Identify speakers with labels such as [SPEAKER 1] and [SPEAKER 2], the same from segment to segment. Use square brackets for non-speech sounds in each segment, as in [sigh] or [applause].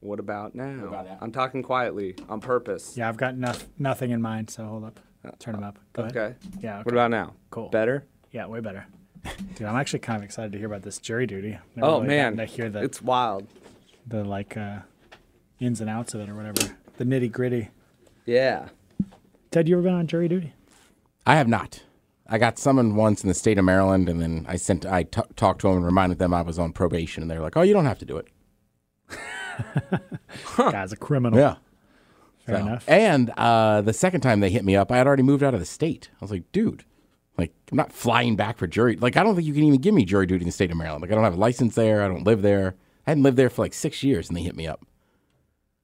[SPEAKER 1] What about now?
[SPEAKER 2] about now?
[SPEAKER 1] I'm talking quietly on purpose.
[SPEAKER 3] Yeah, I've got noth- nothing in mind, so hold up. Turn them up. Go
[SPEAKER 1] Okay.
[SPEAKER 3] Ahead. Yeah. Okay.
[SPEAKER 1] What about now?
[SPEAKER 3] Cool.
[SPEAKER 1] Better?
[SPEAKER 3] yeah, way better. Dude, I'm actually kind of excited to hear about this jury duty. Never
[SPEAKER 1] Oh
[SPEAKER 3] really
[SPEAKER 1] man,
[SPEAKER 3] gotten to hear the
[SPEAKER 1] it's wild.
[SPEAKER 3] the like uh, ins and outs of it or whatever, the nitty gritty.
[SPEAKER 1] Yeah.
[SPEAKER 3] Ted, you ever been on jury duty?
[SPEAKER 2] I have not. I got summoned once in the state of Maryland, and then I sent. I t- talked to them and reminded them I was on probation, and they're like, "Oh, you don't have to do it."
[SPEAKER 3] Guy's a criminal.
[SPEAKER 2] Yeah.
[SPEAKER 3] Fair
[SPEAKER 2] So-
[SPEAKER 3] enough.
[SPEAKER 2] And uh, the second time they hit me up, I had already moved out of the state. I was like, dude, like I'm not flying back for jury. Like I don't think you can even give me jury duty in the state of Maryland. Like I don't have a license there. I don't live there. I hadn't lived there for like six years, and they hit me up.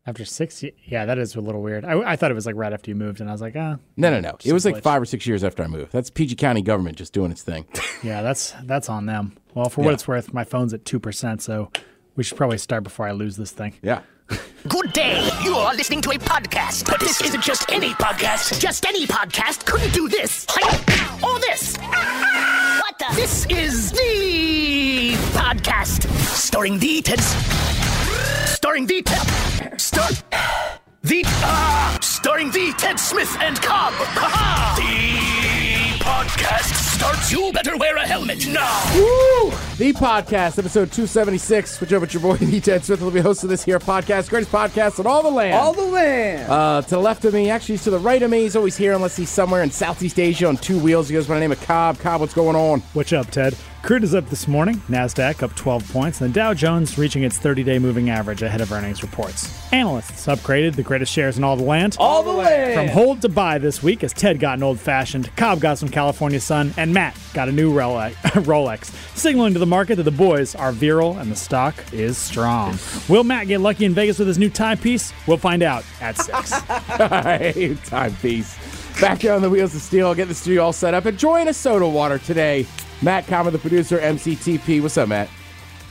[SPEAKER 3] After six, ye- yeah, that is a little weird. I, I thought it was like right after you moved, and I was like, ah,
[SPEAKER 2] No, no, no. It was like
[SPEAKER 3] glitch.
[SPEAKER 2] five or six years after I moved. That's PG County government just doing its thing.
[SPEAKER 3] yeah, that's that's on them. Well, for what it's worth, my phone's at two percent, so we should probably start before I lose this thing.
[SPEAKER 2] yeah. [laughs]
[SPEAKER 4] Good day. You're listening to a podcast. But this isn't just any podcast. Just any podcast couldn't do this. hi- Or this. [laughs] What the? This is the podcast. Starring the Ted's. Starring the Ted. Star. The. Uh, starring the Ted Smith and Cobb. Ha-ha. The podcast starts. You better wear a helmet now.
[SPEAKER 2] Woo! The podcast, episode 276, which over at your boy, [laughs] D. Ted Smith, will be host of this here podcast. Greatest podcast in all the land.
[SPEAKER 1] All the land.
[SPEAKER 2] Uh, to the left of me, actually, he's to the right of me. He's always here unless he's somewhere in Southeast Asia on two wheels. He goes by the name of Cobb. Cobb, what's going on? [laughs]
[SPEAKER 3] What's up, Ted? Crude is up this morning. Nasdaq up 12 points, and the Dow Jones reaching its 30-day moving average ahead of earnings reports. Analysts upgraded the greatest shares in all the land.
[SPEAKER 1] all the land.
[SPEAKER 3] From hold to buy this week as Ted got an old fashioned, Cobb got some California sun, and Matt got a new Rolex, [laughs] Rolex, signaling to the market that the boys are virile and the stock is strong. Will Matt get lucky in Vegas with his new timepiece? We'll find out at six.
[SPEAKER 2] Hey, time piece. Back here on the wheels of steel, get the studio all set up, enjoying a soda water today. Matt Cobb, the producer, MCTP. What's up, Matt?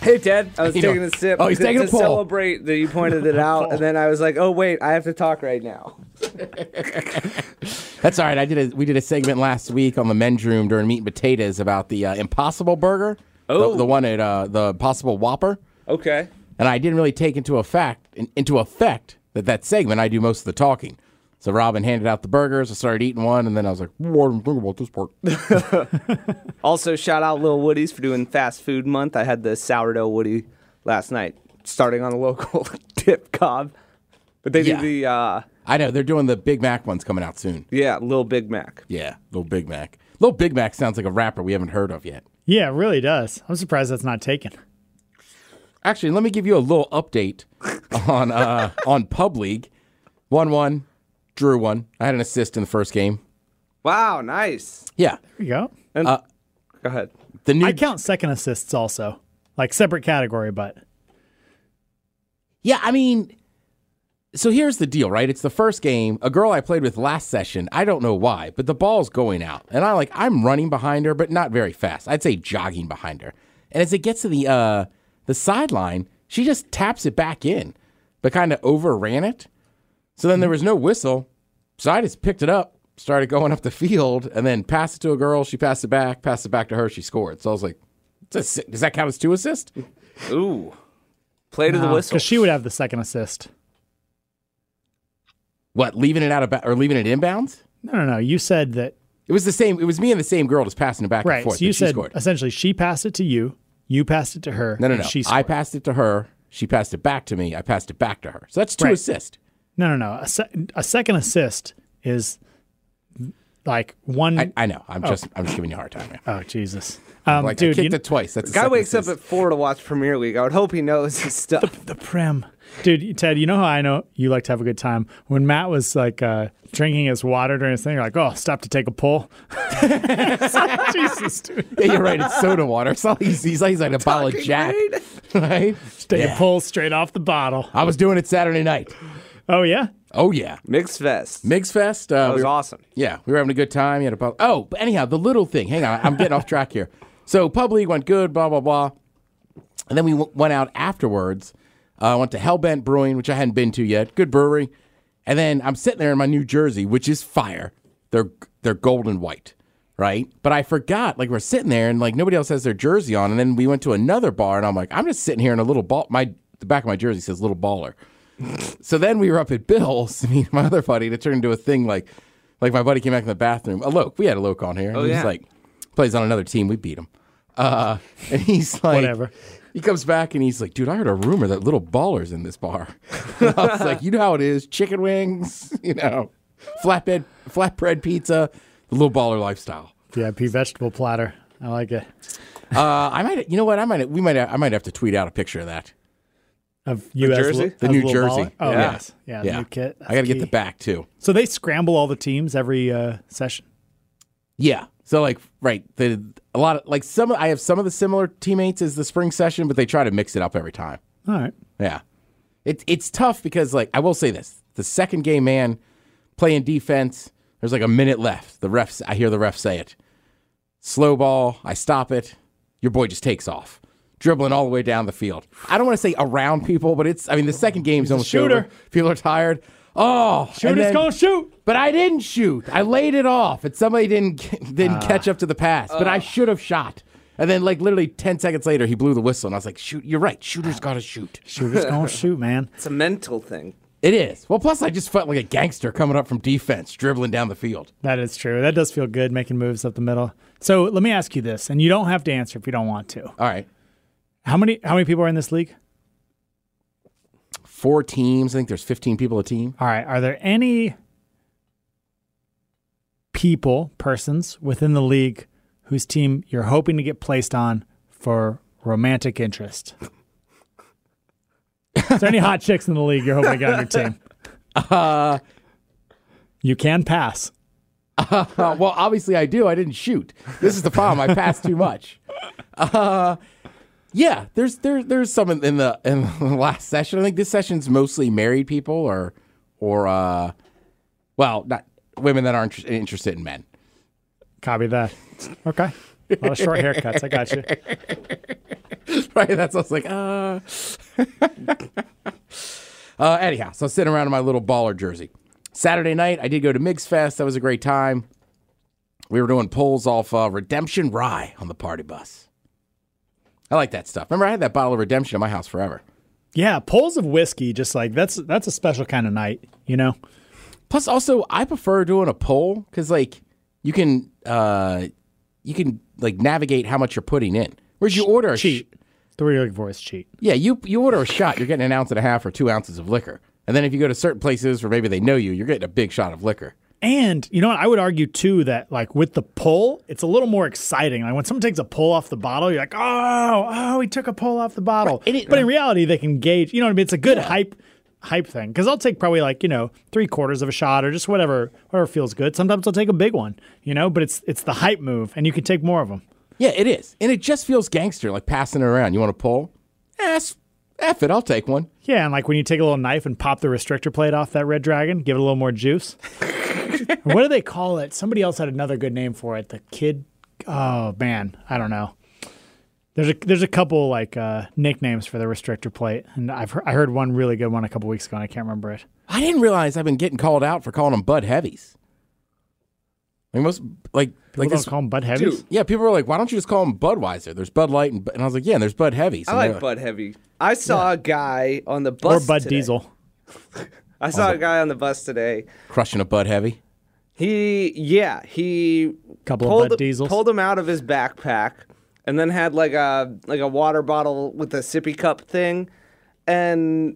[SPEAKER 1] Hey, Ted. I was
[SPEAKER 2] You know-
[SPEAKER 1] taking a sip.
[SPEAKER 2] Oh, he's
[SPEAKER 1] to,
[SPEAKER 2] taking a
[SPEAKER 1] to
[SPEAKER 2] pull.
[SPEAKER 1] celebrate that you pointed [laughs] it out, and then I was like, "Oh wait, I have to talk right now."
[SPEAKER 2] That's all right. I did. A, we did a segment last week on the men's room during meat and potatoes about the uh, Impossible Burger.
[SPEAKER 1] Oh.
[SPEAKER 2] the, the one at uh, the Impossible Whopper.
[SPEAKER 1] Okay.
[SPEAKER 2] and I didn't really take into effect in, into effect that that segment I do most of the talking. So Robin handed out the burgers. I started eating one, and then I was like, "What am I thinking about this part?"
[SPEAKER 1] Also, shout out Lil Woody's for doing Fast Food Month. I had the sourdough Woody last night, starting on a [laughs] local tip cob. But they
[SPEAKER 2] Yeah.
[SPEAKER 1] do the uh,
[SPEAKER 2] I know they're doing the Big Mac ones coming out soon.
[SPEAKER 1] yeah Lil Big Mac.
[SPEAKER 2] Yeah, little Big Mac. Little Big Mac sounds like a rapper we haven't heard of yet.
[SPEAKER 3] yeah, it really does. I'm surprised that's not taken.
[SPEAKER 2] Actually, let me give you a little update on uh, on Pub League. One one, drew one. I had an assist in the first game.
[SPEAKER 1] Wow, nice.
[SPEAKER 2] Yeah,
[SPEAKER 3] There you go.
[SPEAKER 1] Go ahead.
[SPEAKER 2] the new
[SPEAKER 3] I count second assists also, like separate category, but
[SPEAKER 2] Yeah, I mean, so here's the deal, right? It's the first game. A girl I played with last session, I don't know why, but the ball's going out. And I like I'm running behind her, but not very fast. I'd say jogging behind her. And as it gets to the uh the sideline, she just taps it back in, but kind of overran it. So then there was no whistle. So I just picked it up, started going up the field, and then passed it to a girl. She passed it back, passed it back to her. She scored. So I was like, does does that count as two assists?
[SPEAKER 1] Ooh, play to the
[SPEAKER 3] because
[SPEAKER 1] whistle.
[SPEAKER 3] she would have the second assist.
[SPEAKER 2] What, leaving it out of ba- or leaving it inbounds?
[SPEAKER 3] No, no, no. You said that
[SPEAKER 2] It was the same. It was me and the same girl just passing it back
[SPEAKER 3] right.
[SPEAKER 2] and forth.
[SPEAKER 3] so you
[SPEAKER 2] and she
[SPEAKER 3] said
[SPEAKER 2] scored.
[SPEAKER 3] essentially she passed it to you, you passed it to her.
[SPEAKER 2] No, no,
[SPEAKER 3] and
[SPEAKER 2] no.
[SPEAKER 3] She
[SPEAKER 2] I
[SPEAKER 3] scored.
[SPEAKER 2] passed it to her. She passed it back to me. I passed it back to her. So that's two
[SPEAKER 3] Right.
[SPEAKER 2] assists.
[SPEAKER 3] No, no, no. A, se- a second assist is like one oh
[SPEAKER 2] I, I know. I'm just. I'm just giving you a hard time. Man.
[SPEAKER 3] Jesus. Um,
[SPEAKER 2] Like I
[SPEAKER 3] dude,
[SPEAKER 2] kicked
[SPEAKER 3] you,
[SPEAKER 2] it twice. That's a
[SPEAKER 1] Guy
[SPEAKER 2] second
[SPEAKER 1] wakes up
[SPEAKER 2] assist.
[SPEAKER 1] at four to watch Premier League. I would hope he knows his stuff.
[SPEAKER 3] the prim. Dude, Ted, you know how I know you like to have a good time? When Matt was like uh, drinking his water during his thing, you're like, oh, stop to take a pull. Jesus, dude.
[SPEAKER 2] [laughs] yeah, you're right. It's soda water. It's not like he's, he's like he's like a bottle of Jack, [laughs] right?
[SPEAKER 3] Take
[SPEAKER 2] Yeah.
[SPEAKER 3] a pull straight off the bottle.
[SPEAKER 2] I was doing it Saturday night.
[SPEAKER 3] Oh, yeah?
[SPEAKER 2] Oh yeah,
[SPEAKER 1] Mixed Fest.
[SPEAKER 2] Migs Fest.
[SPEAKER 1] that
[SPEAKER 2] Uh,
[SPEAKER 1] was
[SPEAKER 2] we were-
[SPEAKER 1] awesome.
[SPEAKER 2] Yeah, we were having a good time. You had a pub. Oh, but anyhow, the little thing. Hang on, I'm getting off track here. So pub league went good, blah blah blah, and then we w- went out afterwards. I uh, went to Hellbent Brewing, which I hadn't been to yet. Good brewery. And then I'm sitting there in my New Jersey, which is fire. They're they're gold and white, right? But I forgot. Like we're sitting there, and like nobody else has their jersey on. And then we went to another bar, and I'm like, I'm just sitting here in a little ball. My the back of my jersey says little baller. So then we were up at Bill's, [laughs] me and my other buddy, and it turned into a thing like, like my buddy came back from the bathroom. Alok, we had Alok on here. and
[SPEAKER 1] Oh,
[SPEAKER 2] he's
[SPEAKER 1] yeah.
[SPEAKER 2] like, plays on another team. We beat him. Uh, [laughs] and he's like,
[SPEAKER 3] Whatever.
[SPEAKER 2] He comes back and he's like, dude, I heard a rumor that little ballers in this bar. [laughs] And I was like, you know how it is, chicken wings, [laughs] you know, flatbed, flatbread pizza, the little baller lifestyle.
[SPEAKER 3] VIP vegetable platter. I like it.
[SPEAKER 2] Uh, I might, you know what? I might, we might, I might have to tweet out a picture of that.
[SPEAKER 3] Of U.S.
[SPEAKER 1] Jersey?
[SPEAKER 2] The New Jersey.
[SPEAKER 3] Oh
[SPEAKER 2] Yeah.
[SPEAKER 3] yes, yeah, the new kit.
[SPEAKER 2] I got to
[SPEAKER 3] That's
[SPEAKER 2] get the
[SPEAKER 3] key.
[SPEAKER 2] back too.
[SPEAKER 3] So they scramble all the teams every uh, session.
[SPEAKER 2] Yeah. So like, right, the a lot of like some. I have some of the similar teammates as the spring session, but they try to mix it up every time.
[SPEAKER 3] All right.
[SPEAKER 2] Yeah. It, it's tough because, like, I will say this the second game man playing defense, there's like a minute left. The refs, I hear the ref say it. Slow ball, I stop it. Your boy just takes off, dribbling all the way down the field. I don't want to say around people, but it's, I mean, the second game's almost
[SPEAKER 3] shooter.
[SPEAKER 2] over. People are tired. Oh, and
[SPEAKER 3] Shooters
[SPEAKER 2] then-
[SPEAKER 3] gonna shoot.
[SPEAKER 2] But I didn't shoot. I laid it off, and somebody didn't [laughs] didn't catch up to the pass. But I should have shot. And then, like literally ten seconds later, he blew the whistle, and I was like, "Shoot, you're right. Shooters gotta shoot."
[SPEAKER 3] Shooters [laughs] gonna shoot, man.
[SPEAKER 1] It's a mental thing.
[SPEAKER 2] It is. Well, plus I just felt like a gangster coming up from defense, dribbling down the field.
[SPEAKER 3] That is true. That does feel good making moves up the middle. So let me ask you this, and you don't have to answer if you don't want to.
[SPEAKER 2] All right.
[SPEAKER 3] How many how many people are in this league?
[SPEAKER 2] Four teams. I think there's 15 people a team.
[SPEAKER 3] All right. Are there any people, persons within the league whose team you're hoping to get placed on for romantic interest? Is there any hot chicks in the league you're hoping to get on your team? you can pass.
[SPEAKER 2] Uh, well, obviously I do. I didn't shoot. This is the problem. I passed too much. Uh, yeah, there's there, there's some in, in the in [laughs] the last session. I think this session's mostly married people or or uh, well, not women that aren't inter- interested in men.
[SPEAKER 3] Copy that. Okay. A lot of short haircuts. I got you.
[SPEAKER 2] [laughs] right? That's I was like, uh. [laughs] uh anyhow, so sitting around in my little baller jersey. Saturday night, I did go to Migs Fest. That was a great time. We were doing pulls off uh, Redemption Rye on the party bus. I like that stuff. Remember, I had that bottle of Redemption in my house forever.
[SPEAKER 3] Yeah, poles of whiskey, just like that's that's a special kind of night, you know?
[SPEAKER 2] Plus, also, I prefer doing a poll because, like, you can, uh, you can like navigate how much you're putting in. Whereas you order a sh-
[SPEAKER 3] Cheat. The word you're looking for is cheat.
[SPEAKER 2] Yeah, you you order a shot, you're getting an ounce and a half or two ounces of liquor. And then if you go to certain places where maybe they know you, you're getting a big shot of liquor.
[SPEAKER 3] And you know what? I would argue too that like with the pull, it's a little more exciting. Like when someone takes a pull off the bottle, you're like, oh, oh, he took a pull off the bottle.
[SPEAKER 2] Right, and it-
[SPEAKER 3] but in reality, they can gauge. You know what I mean? It's a good hype hype thing because I'll take probably like you know three quarters of a shot or just whatever whatever feels good. Sometimes I'll take a big one, you know. But it's it's the hype move, and you can take more of them.
[SPEAKER 2] Yeah, it is. And it just feels gangster, like passing it around. You want to pull? Ass F it, I'll take one.
[SPEAKER 3] Yeah, and like when you take a little knife and pop the restrictor plate off that red dragon, give it a little more juice. what do they call it? Somebody else had another good name for it. The kid. Oh man, I don't know. There's a there's a couple like uh, nicknames for the restrictor plate, and I've heard, I heard one really good one a couple weeks ago, and I can't remember it.
[SPEAKER 2] I didn't realize I've been getting called out for calling them Bud Heavies. Like most like
[SPEAKER 3] Like don't
[SPEAKER 2] like this
[SPEAKER 3] call them butt heavies.
[SPEAKER 2] Yeah, people were like, "Why don't you just call them Budweiser?" There's Bud Light, and, Bu- and I was like, "Yeah, and there's Bud Heavies."
[SPEAKER 1] I
[SPEAKER 2] And
[SPEAKER 1] like
[SPEAKER 2] they're
[SPEAKER 1] Bud Heavy. I saw a guy on the
[SPEAKER 3] Or
[SPEAKER 1] bus.
[SPEAKER 3] Bud
[SPEAKER 1] today.
[SPEAKER 3] Diesel.
[SPEAKER 1] I saw a guy on the bus today.
[SPEAKER 2] crushing a Bud Heavy.
[SPEAKER 1] He, yeah, he
[SPEAKER 3] Couple of
[SPEAKER 1] pulled,
[SPEAKER 3] Bud Diesels.
[SPEAKER 1] pulled him out of his backpack, and then had like a like a water bottle with a sippy cup thing, and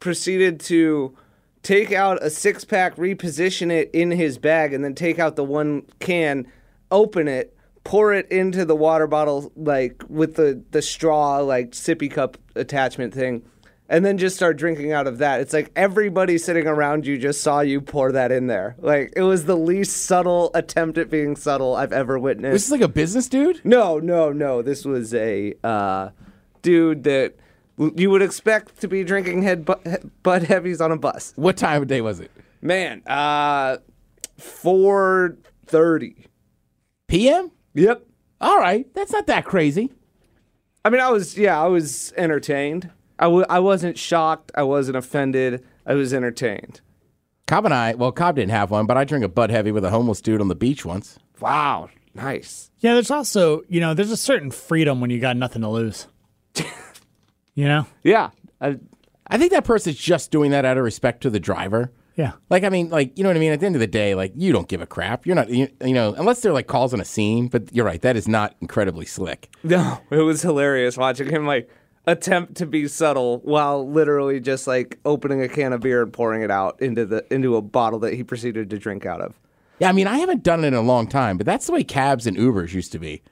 [SPEAKER 1] proceeded to take out a six pack, reposition it in his bag, and then take out the one can, open it, pour it into the water bottle like with the the straw like sippy cup attachment thing. And then just start drinking out of that. It's like everybody sitting around you just saw you pour that in there. Like it was the least subtle attempt at being subtle I've ever witnessed.
[SPEAKER 2] This is like a business dude.
[SPEAKER 1] No, no, no. This was a uh, dude that w- you would expect to be drinking head bu- he- butt heavies on a bus.
[SPEAKER 2] What time of day was it?
[SPEAKER 1] Man, uh, four thirty.
[SPEAKER 2] P.M.
[SPEAKER 1] Yep.
[SPEAKER 2] All right, that's not that crazy.
[SPEAKER 1] I mean, I was yeah, I was entertained. I w- I wasn't shocked. I wasn't offended. I was entertained.
[SPEAKER 2] Cobb and I, well, Cobb didn't have one, but I drank a Bud Heavy with a homeless dude on the beach once.
[SPEAKER 1] Wow, nice.
[SPEAKER 3] Yeah, there's also you know there's a certain freedom when you got nothing to lose. you know,
[SPEAKER 1] Yeah, I
[SPEAKER 2] I think that person's just doing that out of respect to the driver.
[SPEAKER 3] Yeah.
[SPEAKER 2] Like I mean, like you know what I mean. At the end of the day, like you don't give a crap. You're not, you, you know, unless they're like causing a scene. But you're right, that is not incredibly slick.
[SPEAKER 1] No, it was hilarious watching him like attempt to be subtle while literally just like opening a can of beer and pouring it out into the into a bottle that he proceeded to drink out of.
[SPEAKER 2] Yeah, I mean, I haven't done it in a long time, but that's the way cabs and Ubers used to be.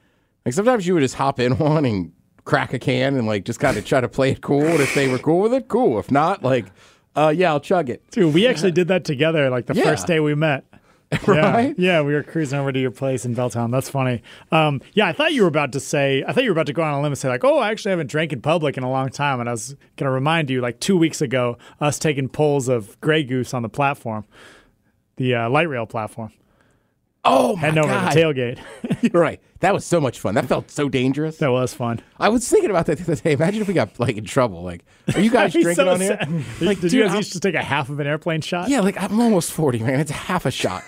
[SPEAKER 2] Like sometimes you would just hop in [laughs] one and crack a can and like just kind of try to play it cool. And if they were cool with it, cool. If not, like, uh, yeah, I'll chug it.
[SPEAKER 3] Dude, we actually did that together like the
[SPEAKER 2] Yeah.
[SPEAKER 3] first day we
[SPEAKER 2] [laughs]
[SPEAKER 3] met.
[SPEAKER 2] Right?
[SPEAKER 3] Yeah. yeah, we were cruising over to your place in Belltown. That's funny. Um, yeah, I thought you were about to say, I thought you were about to go on a limb and say, like, oh, I actually haven't drank in public in a long time. And I was going to remind you, like, two weeks ago, us taking polls of Grey Goose on the platform, the uh, light rail platform,
[SPEAKER 2] Oh my
[SPEAKER 3] heading over to
[SPEAKER 2] god! [laughs]
[SPEAKER 3] the tailgate. [laughs]
[SPEAKER 2] You're right. That was so much fun. That felt so dangerous.
[SPEAKER 3] that was fun.
[SPEAKER 2] I was thinking about that the other day. Imagine if we got like in trouble. Like,
[SPEAKER 3] [laughs]
[SPEAKER 2] are you guys
[SPEAKER 3] He's
[SPEAKER 2] drinking
[SPEAKER 3] so
[SPEAKER 2] on here? [laughs]
[SPEAKER 3] sad.
[SPEAKER 2] Like,
[SPEAKER 3] Did you
[SPEAKER 2] dude,
[SPEAKER 3] guys
[SPEAKER 2] I'm-
[SPEAKER 3] each just take a half of an airplane shot?
[SPEAKER 2] Yeah, like I'm almost forty, man. It's half a shot.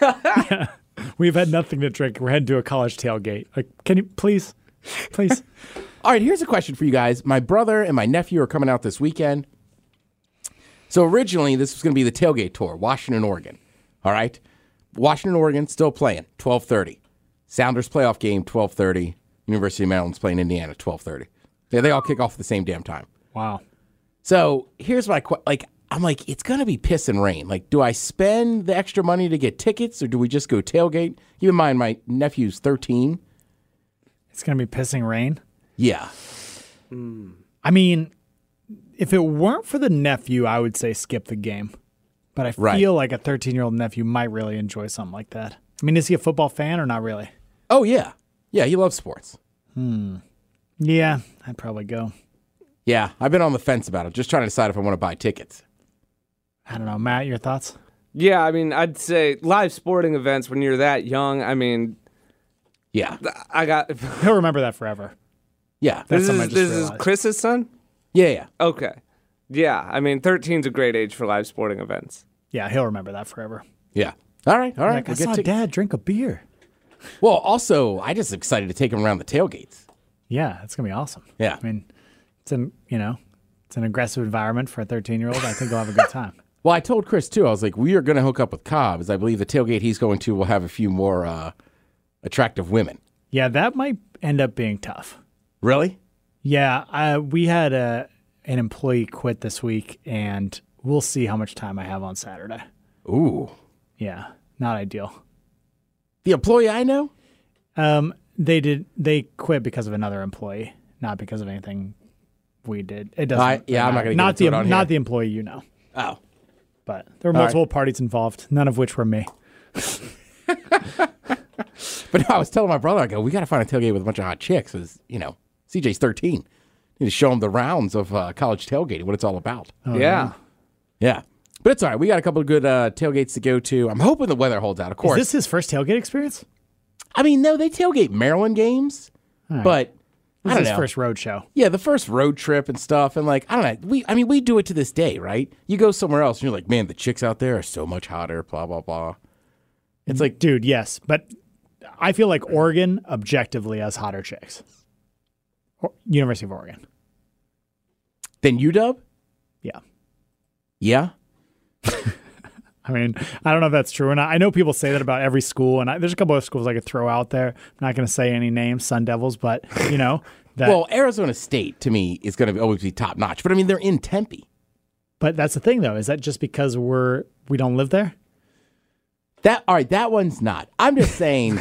[SPEAKER 3] [laughs] We've had nothing to drink. We're heading to a college tailgate. Like, can you please,
[SPEAKER 2] [laughs]
[SPEAKER 3] please?
[SPEAKER 2] All right, here's a question for you guys. My brother and my nephew are coming out this weekend. So originally, this was going to be the tailgate tour, Washington, Oregon. All right, Washington, Oregon, still playing 12:30. Sounders playoff game 12:30. University of Maryland's playing Indiana 12:30. Yeah, they all kick off at the same damn time.
[SPEAKER 3] wow.
[SPEAKER 2] So here's my question. Like, I'm like, it's going to be piss and rain. Like, do I spend the extra money to get tickets or do we just go tailgate? Keep in mind, my nephew's 13.
[SPEAKER 3] It's going to be pissing rain.
[SPEAKER 2] Yeah.
[SPEAKER 3] I mean, if it weren't for the nephew, I would say skip the game. But I
[SPEAKER 2] Right.
[SPEAKER 3] feel like a 13 year old nephew might really enjoy something like that. I mean, is he a football fan or not really?
[SPEAKER 2] Oh, yeah. Yeah, he loves sports.
[SPEAKER 3] Yeah, I'd probably go.
[SPEAKER 2] Yeah, I've been on the fence about it, just trying to decide if I want to buy tickets.
[SPEAKER 3] I don't know. Matt, your thoughts?
[SPEAKER 1] Yeah, I mean, I'd say live sporting events when you're that young. I mean,
[SPEAKER 2] Yeah.
[SPEAKER 1] I got [laughs]
[SPEAKER 3] He'll remember that forever.
[SPEAKER 2] Yeah.
[SPEAKER 3] That's
[SPEAKER 1] this
[SPEAKER 3] something I
[SPEAKER 1] is
[SPEAKER 3] just
[SPEAKER 1] this is
[SPEAKER 3] realized.
[SPEAKER 1] Chris's son.
[SPEAKER 2] Yeah, yeah.
[SPEAKER 1] Okay, yeah, I mean, 13's a great age for live sporting events.
[SPEAKER 3] Yeah, he'll remember that forever.
[SPEAKER 2] Yeah. All right. All right.
[SPEAKER 3] Like, I
[SPEAKER 2] we'll get
[SPEAKER 3] saw
[SPEAKER 2] tick-
[SPEAKER 3] dad drink a beer.
[SPEAKER 2] well, also, I just excited to take him around the tailgates.
[SPEAKER 3] Yeah, that's going to be awesome.
[SPEAKER 2] Yeah.
[SPEAKER 3] I mean, it's an, you know, it's an aggressive environment for a 13 year old. I think he'll have a good time. [laughs]
[SPEAKER 2] Well, I told Chris too. I was like, we are going to hook up with Cobb, as I believe the tailgate he's going to will have a few more uh, attractive women.
[SPEAKER 3] Yeah, that might end up being tough.
[SPEAKER 2] Really?
[SPEAKER 3] Yeah, uh, we had a, an employee quit this week, and we'll see how much time I have on Saturday.
[SPEAKER 2] Ooh.
[SPEAKER 3] Yeah, not ideal.
[SPEAKER 2] The employee I know? [laughs]
[SPEAKER 3] Um, they did they quit because of another employee, not because of anything we did. It doesn't.
[SPEAKER 2] I- yeah, I'm not gonna get
[SPEAKER 3] not
[SPEAKER 2] into
[SPEAKER 3] the
[SPEAKER 2] it on
[SPEAKER 3] not
[SPEAKER 2] here.
[SPEAKER 3] the employee you know,
[SPEAKER 2] Oh.
[SPEAKER 3] but there were
[SPEAKER 2] All right.
[SPEAKER 3] multiple parties involved, none of which were me.
[SPEAKER 2] But no, I was telling my brother, I go, we got to find a tailgate with a bunch of hot chicks. Is you know, CJ's 13. Need to show him the rounds of uh, college tailgating, what it's all about.
[SPEAKER 3] Oh.
[SPEAKER 1] yeah,
[SPEAKER 2] Yeah. But it's all right. We got a couple of good uh, tailgates to go to. I'm hoping the weather holds out, of
[SPEAKER 3] Is
[SPEAKER 2] course.
[SPEAKER 3] this his first tailgate experience?
[SPEAKER 2] I mean, no, they tailgate Maryland games, but
[SPEAKER 3] This
[SPEAKER 2] I don't
[SPEAKER 3] is his
[SPEAKER 2] know.
[SPEAKER 3] first road show.
[SPEAKER 2] yeah, the first road trip and stuff. And like, I don't know. We, I mean, we do it to this day, right? You go somewhere else and you're like, man, the chicks out there are so much hotter, blah, blah, blah. It's like,
[SPEAKER 3] Dude, yes, but I feel like Oregon objectively has hotter chicks. Or- University of Oregon.
[SPEAKER 2] then UW?
[SPEAKER 3] Yeah.
[SPEAKER 2] Yeah.
[SPEAKER 3] I mean, I don't know if that's true or not. I know people say that about every school, and I, there's a couple of schools I could throw out there. I'm not going to say any names, Sun Devils, but you
[SPEAKER 2] [laughs]
[SPEAKER 3] know that.
[SPEAKER 2] Well, Arizona State to me is going to always be top notch. But I mean, they're in Tempe.
[SPEAKER 3] but that's the thing, though, is that just because we're we don't live there?
[SPEAKER 2] That all right? That one's not. I'm
[SPEAKER 3] [laughs]
[SPEAKER 2] just saying.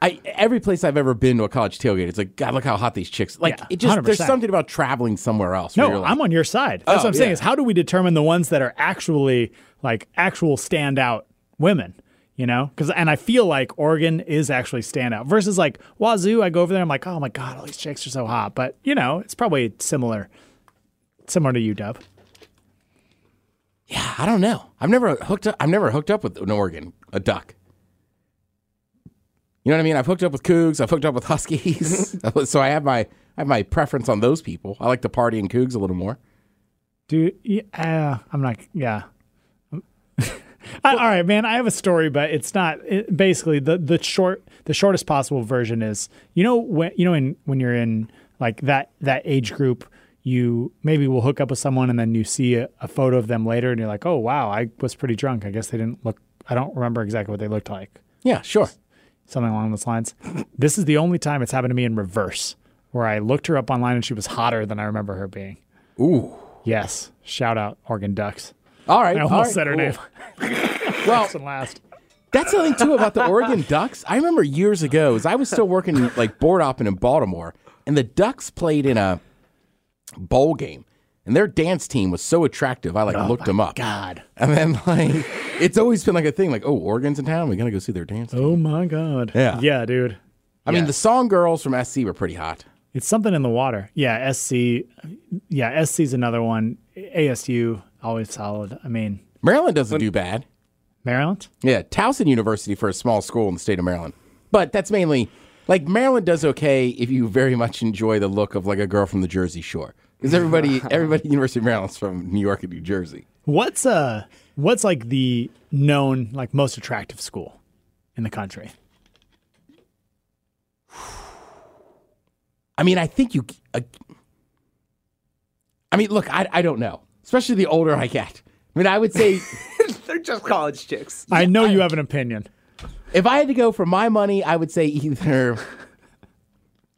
[SPEAKER 2] I every place I've ever been to a college tailgate, it's like God, look how hot these chicks. Like
[SPEAKER 3] Yeah,
[SPEAKER 2] it just there's
[SPEAKER 3] 100%.
[SPEAKER 2] something about traveling somewhere else. where
[SPEAKER 3] No,
[SPEAKER 2] you're like,
[SPEAKER 3] I'm on your side. That's
[SPEAKER 2] Oh,
[SPEAKER 3] what I'm saying.
[SPEAKER 2] yeah.
[SPEAKER 3] Is how do we determine the ones that are actually like actual standout women? You know, because and I feel like Oregon is actually standout versus like Wazoo. I go over there, I'm like, oh my god, all these chicks are so hot. But you know, it's probably similar, similar to UW.
[SPEAKER 2] yeah, I don't know. I've never hooked up. I've never hooked up with an Oregon a duck. You know what I mean? I've hooked up with Cougs. I've hooked up
[SPEAKER 3] [laughs]
[SPEAKER 2] with Huskies. [laughs] so I have my I have my preference on those people. I like to party in Cougs a little more.
[SPEAKER 3] Do yeah, uh, I'm not. Yeah. [laughs] I, all right, man. I have a story, but it's not it, basically the the short the shortest possible version is you know when you know in when you're in like that that age group you maybe will hook up with someone and then you see a, a photo of them later and you're like, oh, wow, I was pretty drunk. I guess they didn't look, I don't remember exactly what they looked like.
[SPEAKER 2] Yeah, sure.
[SPEAKER 3] Something along those lines. This is the only time it's happened to me in reverse, where I looked her up online and she was hotter than I remember her being.
[SPEAKER 2] Ooh.
[SPEAKER 3] Yes. Shout out Oregon Ducks.
[SPEAKER 2] All right.
[SPEAKER 3] I
[SPEAKER 2] all
[SPEAKER 3] almost
[SPEAKER 2] right,
[SPEAKER 3] said her
[SPEAKER 2] cool.
[SPEAKER 3] name [laughs]
[SPEAKER 2] Well,
[SPEAKER 3] first and last.
[SPEAKER 2] That's the thing too about
[SPEAKER 3] [laughs]
[SPEAKER 2] the Oregon Ducks. I remember years ago, as I was still working like board opping in Baltimore, and the Ducks played in a bowl game, and their dance team was so attractive. I like looked them up,
[SPEAKER 3] Oh God.
[SPEAKER 2] and then like it's always been like a thing, like oh, Oregon's in town, we gotta go see their dance. team.
[SPEAKER 3] Oh my God.
[SPEAKER 2] Yeah.
[SPEAKER 3] Yeah, dude.
[SPEAKER 2] I mean, the song girls from SC were pretty hot.
[SPEAKER 3] It's something in the water. Yeah, SC. Yeah, SC's another one. ASU, always solid. I mean,
[SPEAKER 2] Maryland doesn't do bad.
[SPEAKER 3] Maryland?
[SPEAKER 2] Yeah, Towson University for a small school in the state of Maryland, but that's mainly like Maryland does okay if you very much enjoy the look of like a girl from the Jersey Shore. Because everybody, everybody, at University of Maryland's from New York and New Jersey.
[SPEAKER 3] What's uh what's like the known like most attractive school in the country?
[SPEAKER 2] I mean, I think you. Uh, I mean, look, I, I don't know. Especially the older I get. I mean, I would say
[SPEAKER 1] [laughs] They're just college chicks.
[SPEAKER 3] I know you have an opinion.
[SPEAKER 2] if I had to go for my money, I would say either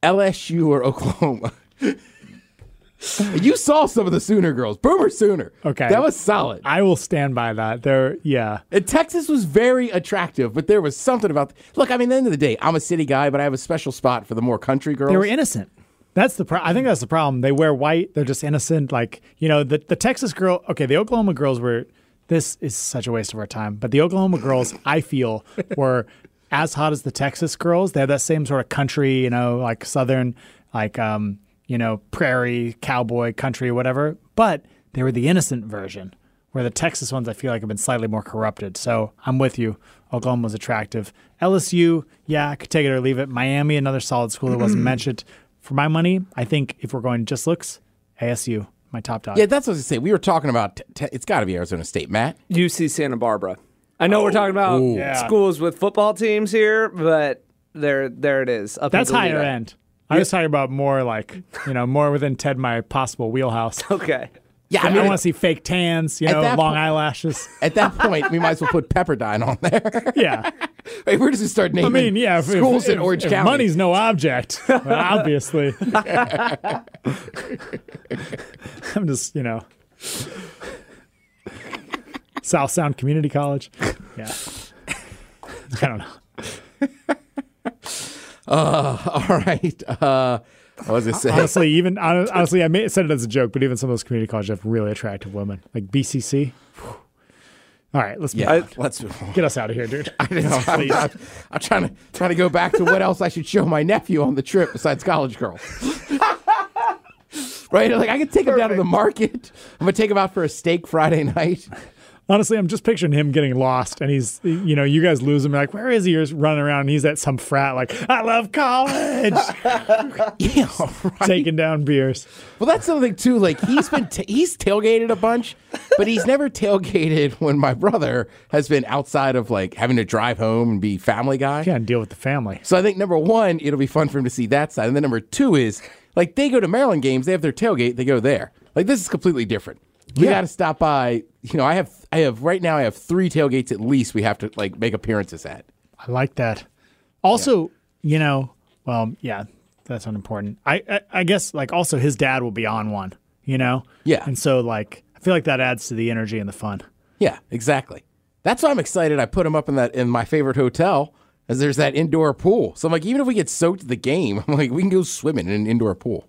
[SPEAKER 2] LSU or Oklahoma. [laughs] you saw some of the Sooner girls, Boomer Sooner.
[SPEAKER 3] Okay.
[SPEAKER 2] that was solid.
[SPEAKER 3] I will stand by that. There yeah.
[SPEAKER 2] And Uh, Texas was very attractive, but there was something about. Look, I mean, at the end of the day, I'm a city guy, but I have a special spot for the more country girls.
[SPEAKER 3] They were innocent. That's the pro- I think that's the problem. They wear white. They're just innocent. Like you know, the the Texas girl. Okay, the Oklahoma girls were. This is such a waste of our time. But the Oklahoma girls, I feel, were as hot as the Texas girls. They have that same sort of country, you know, like southern, like um, you know, prairie cowboy country, whatever. But they were the innocent version, where the Texas ones I feel like have been slightly more corrupted. So I'm with you. Oklahoma was attractive. LSU, yeah, I could take it or leave it. Miami, another solid school that
[SPEAKER 2] [clears throat]
[SPEAKER 3] wasn't mentioned. For my money, I think if we're going just looks, ASU, my top dog.
[SPEAKER 2] yeah, that's what I was gonna say. We were talking about. Te- te- it's got to be Arizona State, Matt.
[SPEAKER 1] UC Santa Barbara. I know we're talking about schools with football teams here, but there, there it is. up in
[SPEAKER 3] That's higher
[SPEAKER 1] Goleta.
[SPEAKER 3] end. I was talking about more like, you know, more within Ted my possible wheelhouse.
[SPEAKER 1] Okay.
[SPEAKER 2] [laughs] Yeah,
[SPEAKER 3] I,
[SPEAKER 2] I mean,
[SPEAKER 3] want to see fake tans, you
[SPEAKER 2] At
[SPEAKER 3] know, long
[SPEAKER 2] that point- [laughs]
[SPEAKER 3] eyelashes.
[SPEAKER 2] at that point, we might as well put Pepperdine on there. [laughs]
[SPEAKER 3] Yeah.
[SPEAKER 2] Wait, where does it start
[SPEAKER 3] I
[SPEAKER 2] naming?
[SPEAKER 3] mean, yeah. If, if-
[SPEAKER 2] schools in
[SPEAKER 3] if-
[SPEAKER 2] Orange
[SPEAKER 3] if
[SPEAKER 2] County.
[SPEAKER 3] Money's no
[SPEAKER 2] [laughs]
[SPEAKER 3] object, well, obviously. I'm just, you know, South Sound Community College. Yeah. I don't know.
[SPEAKER 2] [laughs] All right. Uh, what was
[SPEAKER 3] [laughs]
[SPEAKER 2] it say?
[SPEAKER 3] Honestly, even hon- honestly, I may, said it as a joke, but even some of those community colleges have really attractive women, like BCC. Whew. All right, let's
[SPEAKER 2] Yeah,
[SPEAKER 3] yeah.
[SPEAKER 2] let's.
[SPEAKER 3] get us out of here, dude.
[SPEAKER 2] [laughs] You know, I'm, I'm, I'm trying to trying to go back to what else I should show my nephew on the trip besides college girls. [laughs] right? Like I could take him down to the market. I'm gonna take him out for a steak Friday night.
[SPEAKER 3] Honestly, I'm just picturing him getting lost, and he's, you know, you guys lose him. You're like, where is he? You're running around, and he's at some frat, like, I love
[SPEAKER 2] [laughs]
[SPEAKER 3] college,
[SPEAKER 2] Yeah, [laughs] right.
[SPEAKER 3] taking down beers.
[SPEAKER 2] Well, that's something too. Like he's been ta he's tailgated a bunch, but he's never tailgated when my brother has been outside of like having to drive home and be Family Guy.
[SPEAKER 3] Yeah, and deal with the family.
[SPEAKER 2] So I think number one, it'll be fun for him to see that side. And then number two is like they go to Maryland games, they have their tailgate, they go there. Like this is completely different. We
[SPEAKER 3] Yeah.
[SPEAKER 2] got to stop by. You know, I have, I have right now, I have three tailgates at least. We have to like make appearances at.
[SPEAKER 3] I like that. Also, you know, well, yeah, that's unimportant. I, I I guess like also his dad will be on one, you know.
[SPEAKER 2] Yeah.
[SPEAKER 3] And so like I feel like that adds to the energy and the fun.
[SPEAKER 2] Yeah, exactly. That's why I'm excited. I put him up in that in my favorite hotel, as there's that indoor pool. So I'm like, even if we get soaked at the game, [laughs] I'm like, we can go swimming in an indoor pool.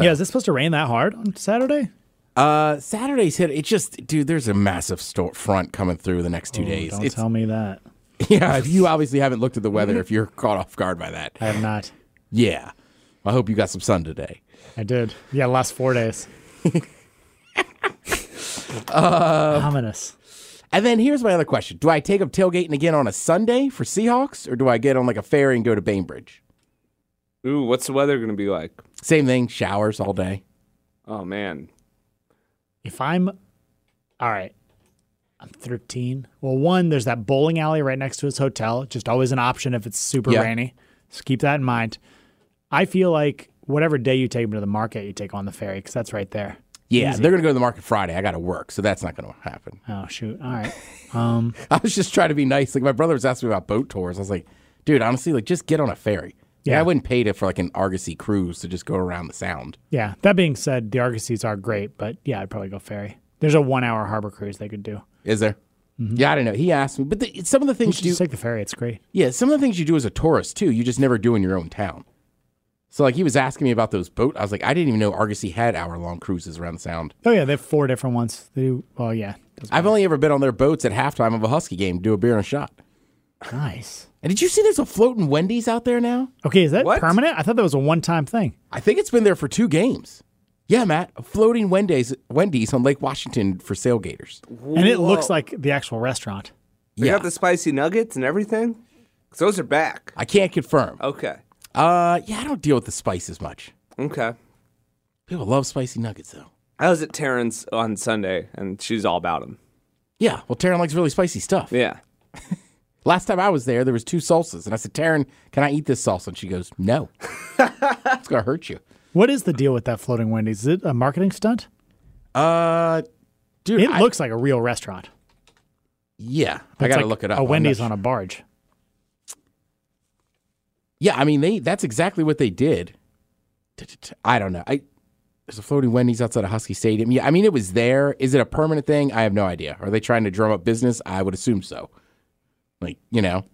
[SPEAKER 3] Yeah, is it supposed to rain that hard on Saturday?
[SPEAKER 2] Uh, Saturday's hit. It just, dude, there's a massive sto- front coming through the next two days.
[SPEAKER 3] Oh, Don't
[SPEAKER 2] It's-
[SPEAKER 3] tell me that.
[SPEAKER 2] [laughs] Yeah, if you obviously haven't looked at the weather if you're caught off guard by that.
[SPEAKER 3] I have not.
[SPEAKER 2] Yeah. I hope you got some sun today.
[SPEAKER 3] I did. Yeah, last four
[SPEAKER 2] [laughs]
[SPEAKER 3] days.
[SPEAKER 2] Uh,
[SPEAKER 3] Ominous.
[SPEAKER 2] And then here's my other question. Do I take up tailgating again on a Sunday for Seahawks or do I get on like a ferry and go to Bainbridge?
[SPEAKER 1] Ooh, what's the weather going to be like?
[SPEAKER 2] Same thing, showers all day.
[SPEAKER 1] Oh man.
[SPEAKER 3] If I'm all right, I'm 13. Well, one, there's that bowling alley right next to his hotel. Just always an option if it's super
[SPEAKER 2] Yeah.
[SPEAKER 3] rainy. So keep that in mind. I feel like whatever day you take them to the market, you take on the ferry because that's right there.
[SPEAKER 2] Yeah, they're going to go to the market Friday. I got to work, so that's not going to happen. [laughs]
[SPEAKER 3] Oh shoot! All right.
[SPEAKER 2] I was just trying to be nice. Like my brother was asking me about boat tours. I was like, dude, honestly, like just get on a ferry. Yeah,
[SPEAKER 3] Yeah.
[SPEAKER 2] I wouldn't pay to for like an Argosy cruise to just go around the Sound.
[SPEAKER 3] Yeah. That being said, the Argosies are great, but yeah, I'd probably go ferry. There's a one-hour harbor cruise they could do.
[SPEAKER 2] Is there? Yeah, I don't know. He asked me, but the, some of the
[SPEAKER 3] You
[SPEAKER 2] things
[SPEAKER 3] should
[SPEAKER 2] Mm-hmm. you
[SPEAKER 3] just take the ferry. It's great.
[SPEAKER 2] yeah, some of the things you do as a tourist too, you just never do in your own town. So like he was asking me about those boat. I was like, I didn't even know Argosy had hour long cruises around the Sound.
[SPEAKER 3] Oh yeah, they have four different ones. They do. Well, yeah. Doesn't-
[SPEAKER 2] I've only ever been on their boats at halftime of a Husky game, to do a beer and a shot.
[SPEAKER 3] Nice.
[SPEAKER 2] And did you see there's a floating Wendy's out there now?
[SPEAKER 3] Okay, is that
[SPEAKER 1] What?
[SPEAKER 3] permanent? I thought that was a one-time thing.
[SPEAKER 2] I think it's been there for two games. Yeah, Matt, a floating Wendy's Wendy's on Lake Washington for sailgaters.
[SPEAKER 3] And it looks
[SPEAKER 1] Whoa.
[SPEAKER 3] like the actual restaurant.
[SPEAKER 1] They
[SPEAKER 2] Yeah,
[SPEAKER 1] got the spicy nuggets and everything? 'Cause those are back.
[SPEAKER 2] I can't confirm.
[SPEAKER 1] Okay.
[SPEAKER 2] Uh, yeah, I don't deal with the spices much.
[SPEAKER 1] Okay.
[SPEAKER 2] People love spicy nuggets though.
[SPEAKER 1] I was at Taryn's on Sunday, and she's all about them.
[SPEAKER 2] Yeah, well, Taryn likes really spicy stuff.
[SPEAKER 1] Yeah.
[SPEAKER 2] Last time I was there, there was two salsas, and I said, "Taryn, can I eat this salsa?" And she goes, [laughs] "No, it's gonna hurt you."
[SPEAKER 3] What is the deal with that floating Wendy's? Is it a marketing stunt?
[SPEAKER 2] Uh, dude,
[SPEAKER 3] It
[SPEAKER 2] I-
[SPEAKER 3] looks like a real restaurant.
[SPEAKER 2] yeah. I
[SPEAKER 3] It's like
[SPEAKER 2] gotta look it up.
[SPEAKER 3] A
[SPEAKER 2] I'm not
[SPEAKER 3] Wendy's
[SPEAKER 2] sure.
[SPEAKER 3] on a barge.
[SPEAKER 2] Yeah, I mean they that's exactly what they did. T-t-t- I don't know. I there's a floating Wendy's outside of Husky Stadium. Yeah, I mean it was there. Is it a permanent thing? I have no idea. Are they trying to drum up business? I would assume so. Like, you know.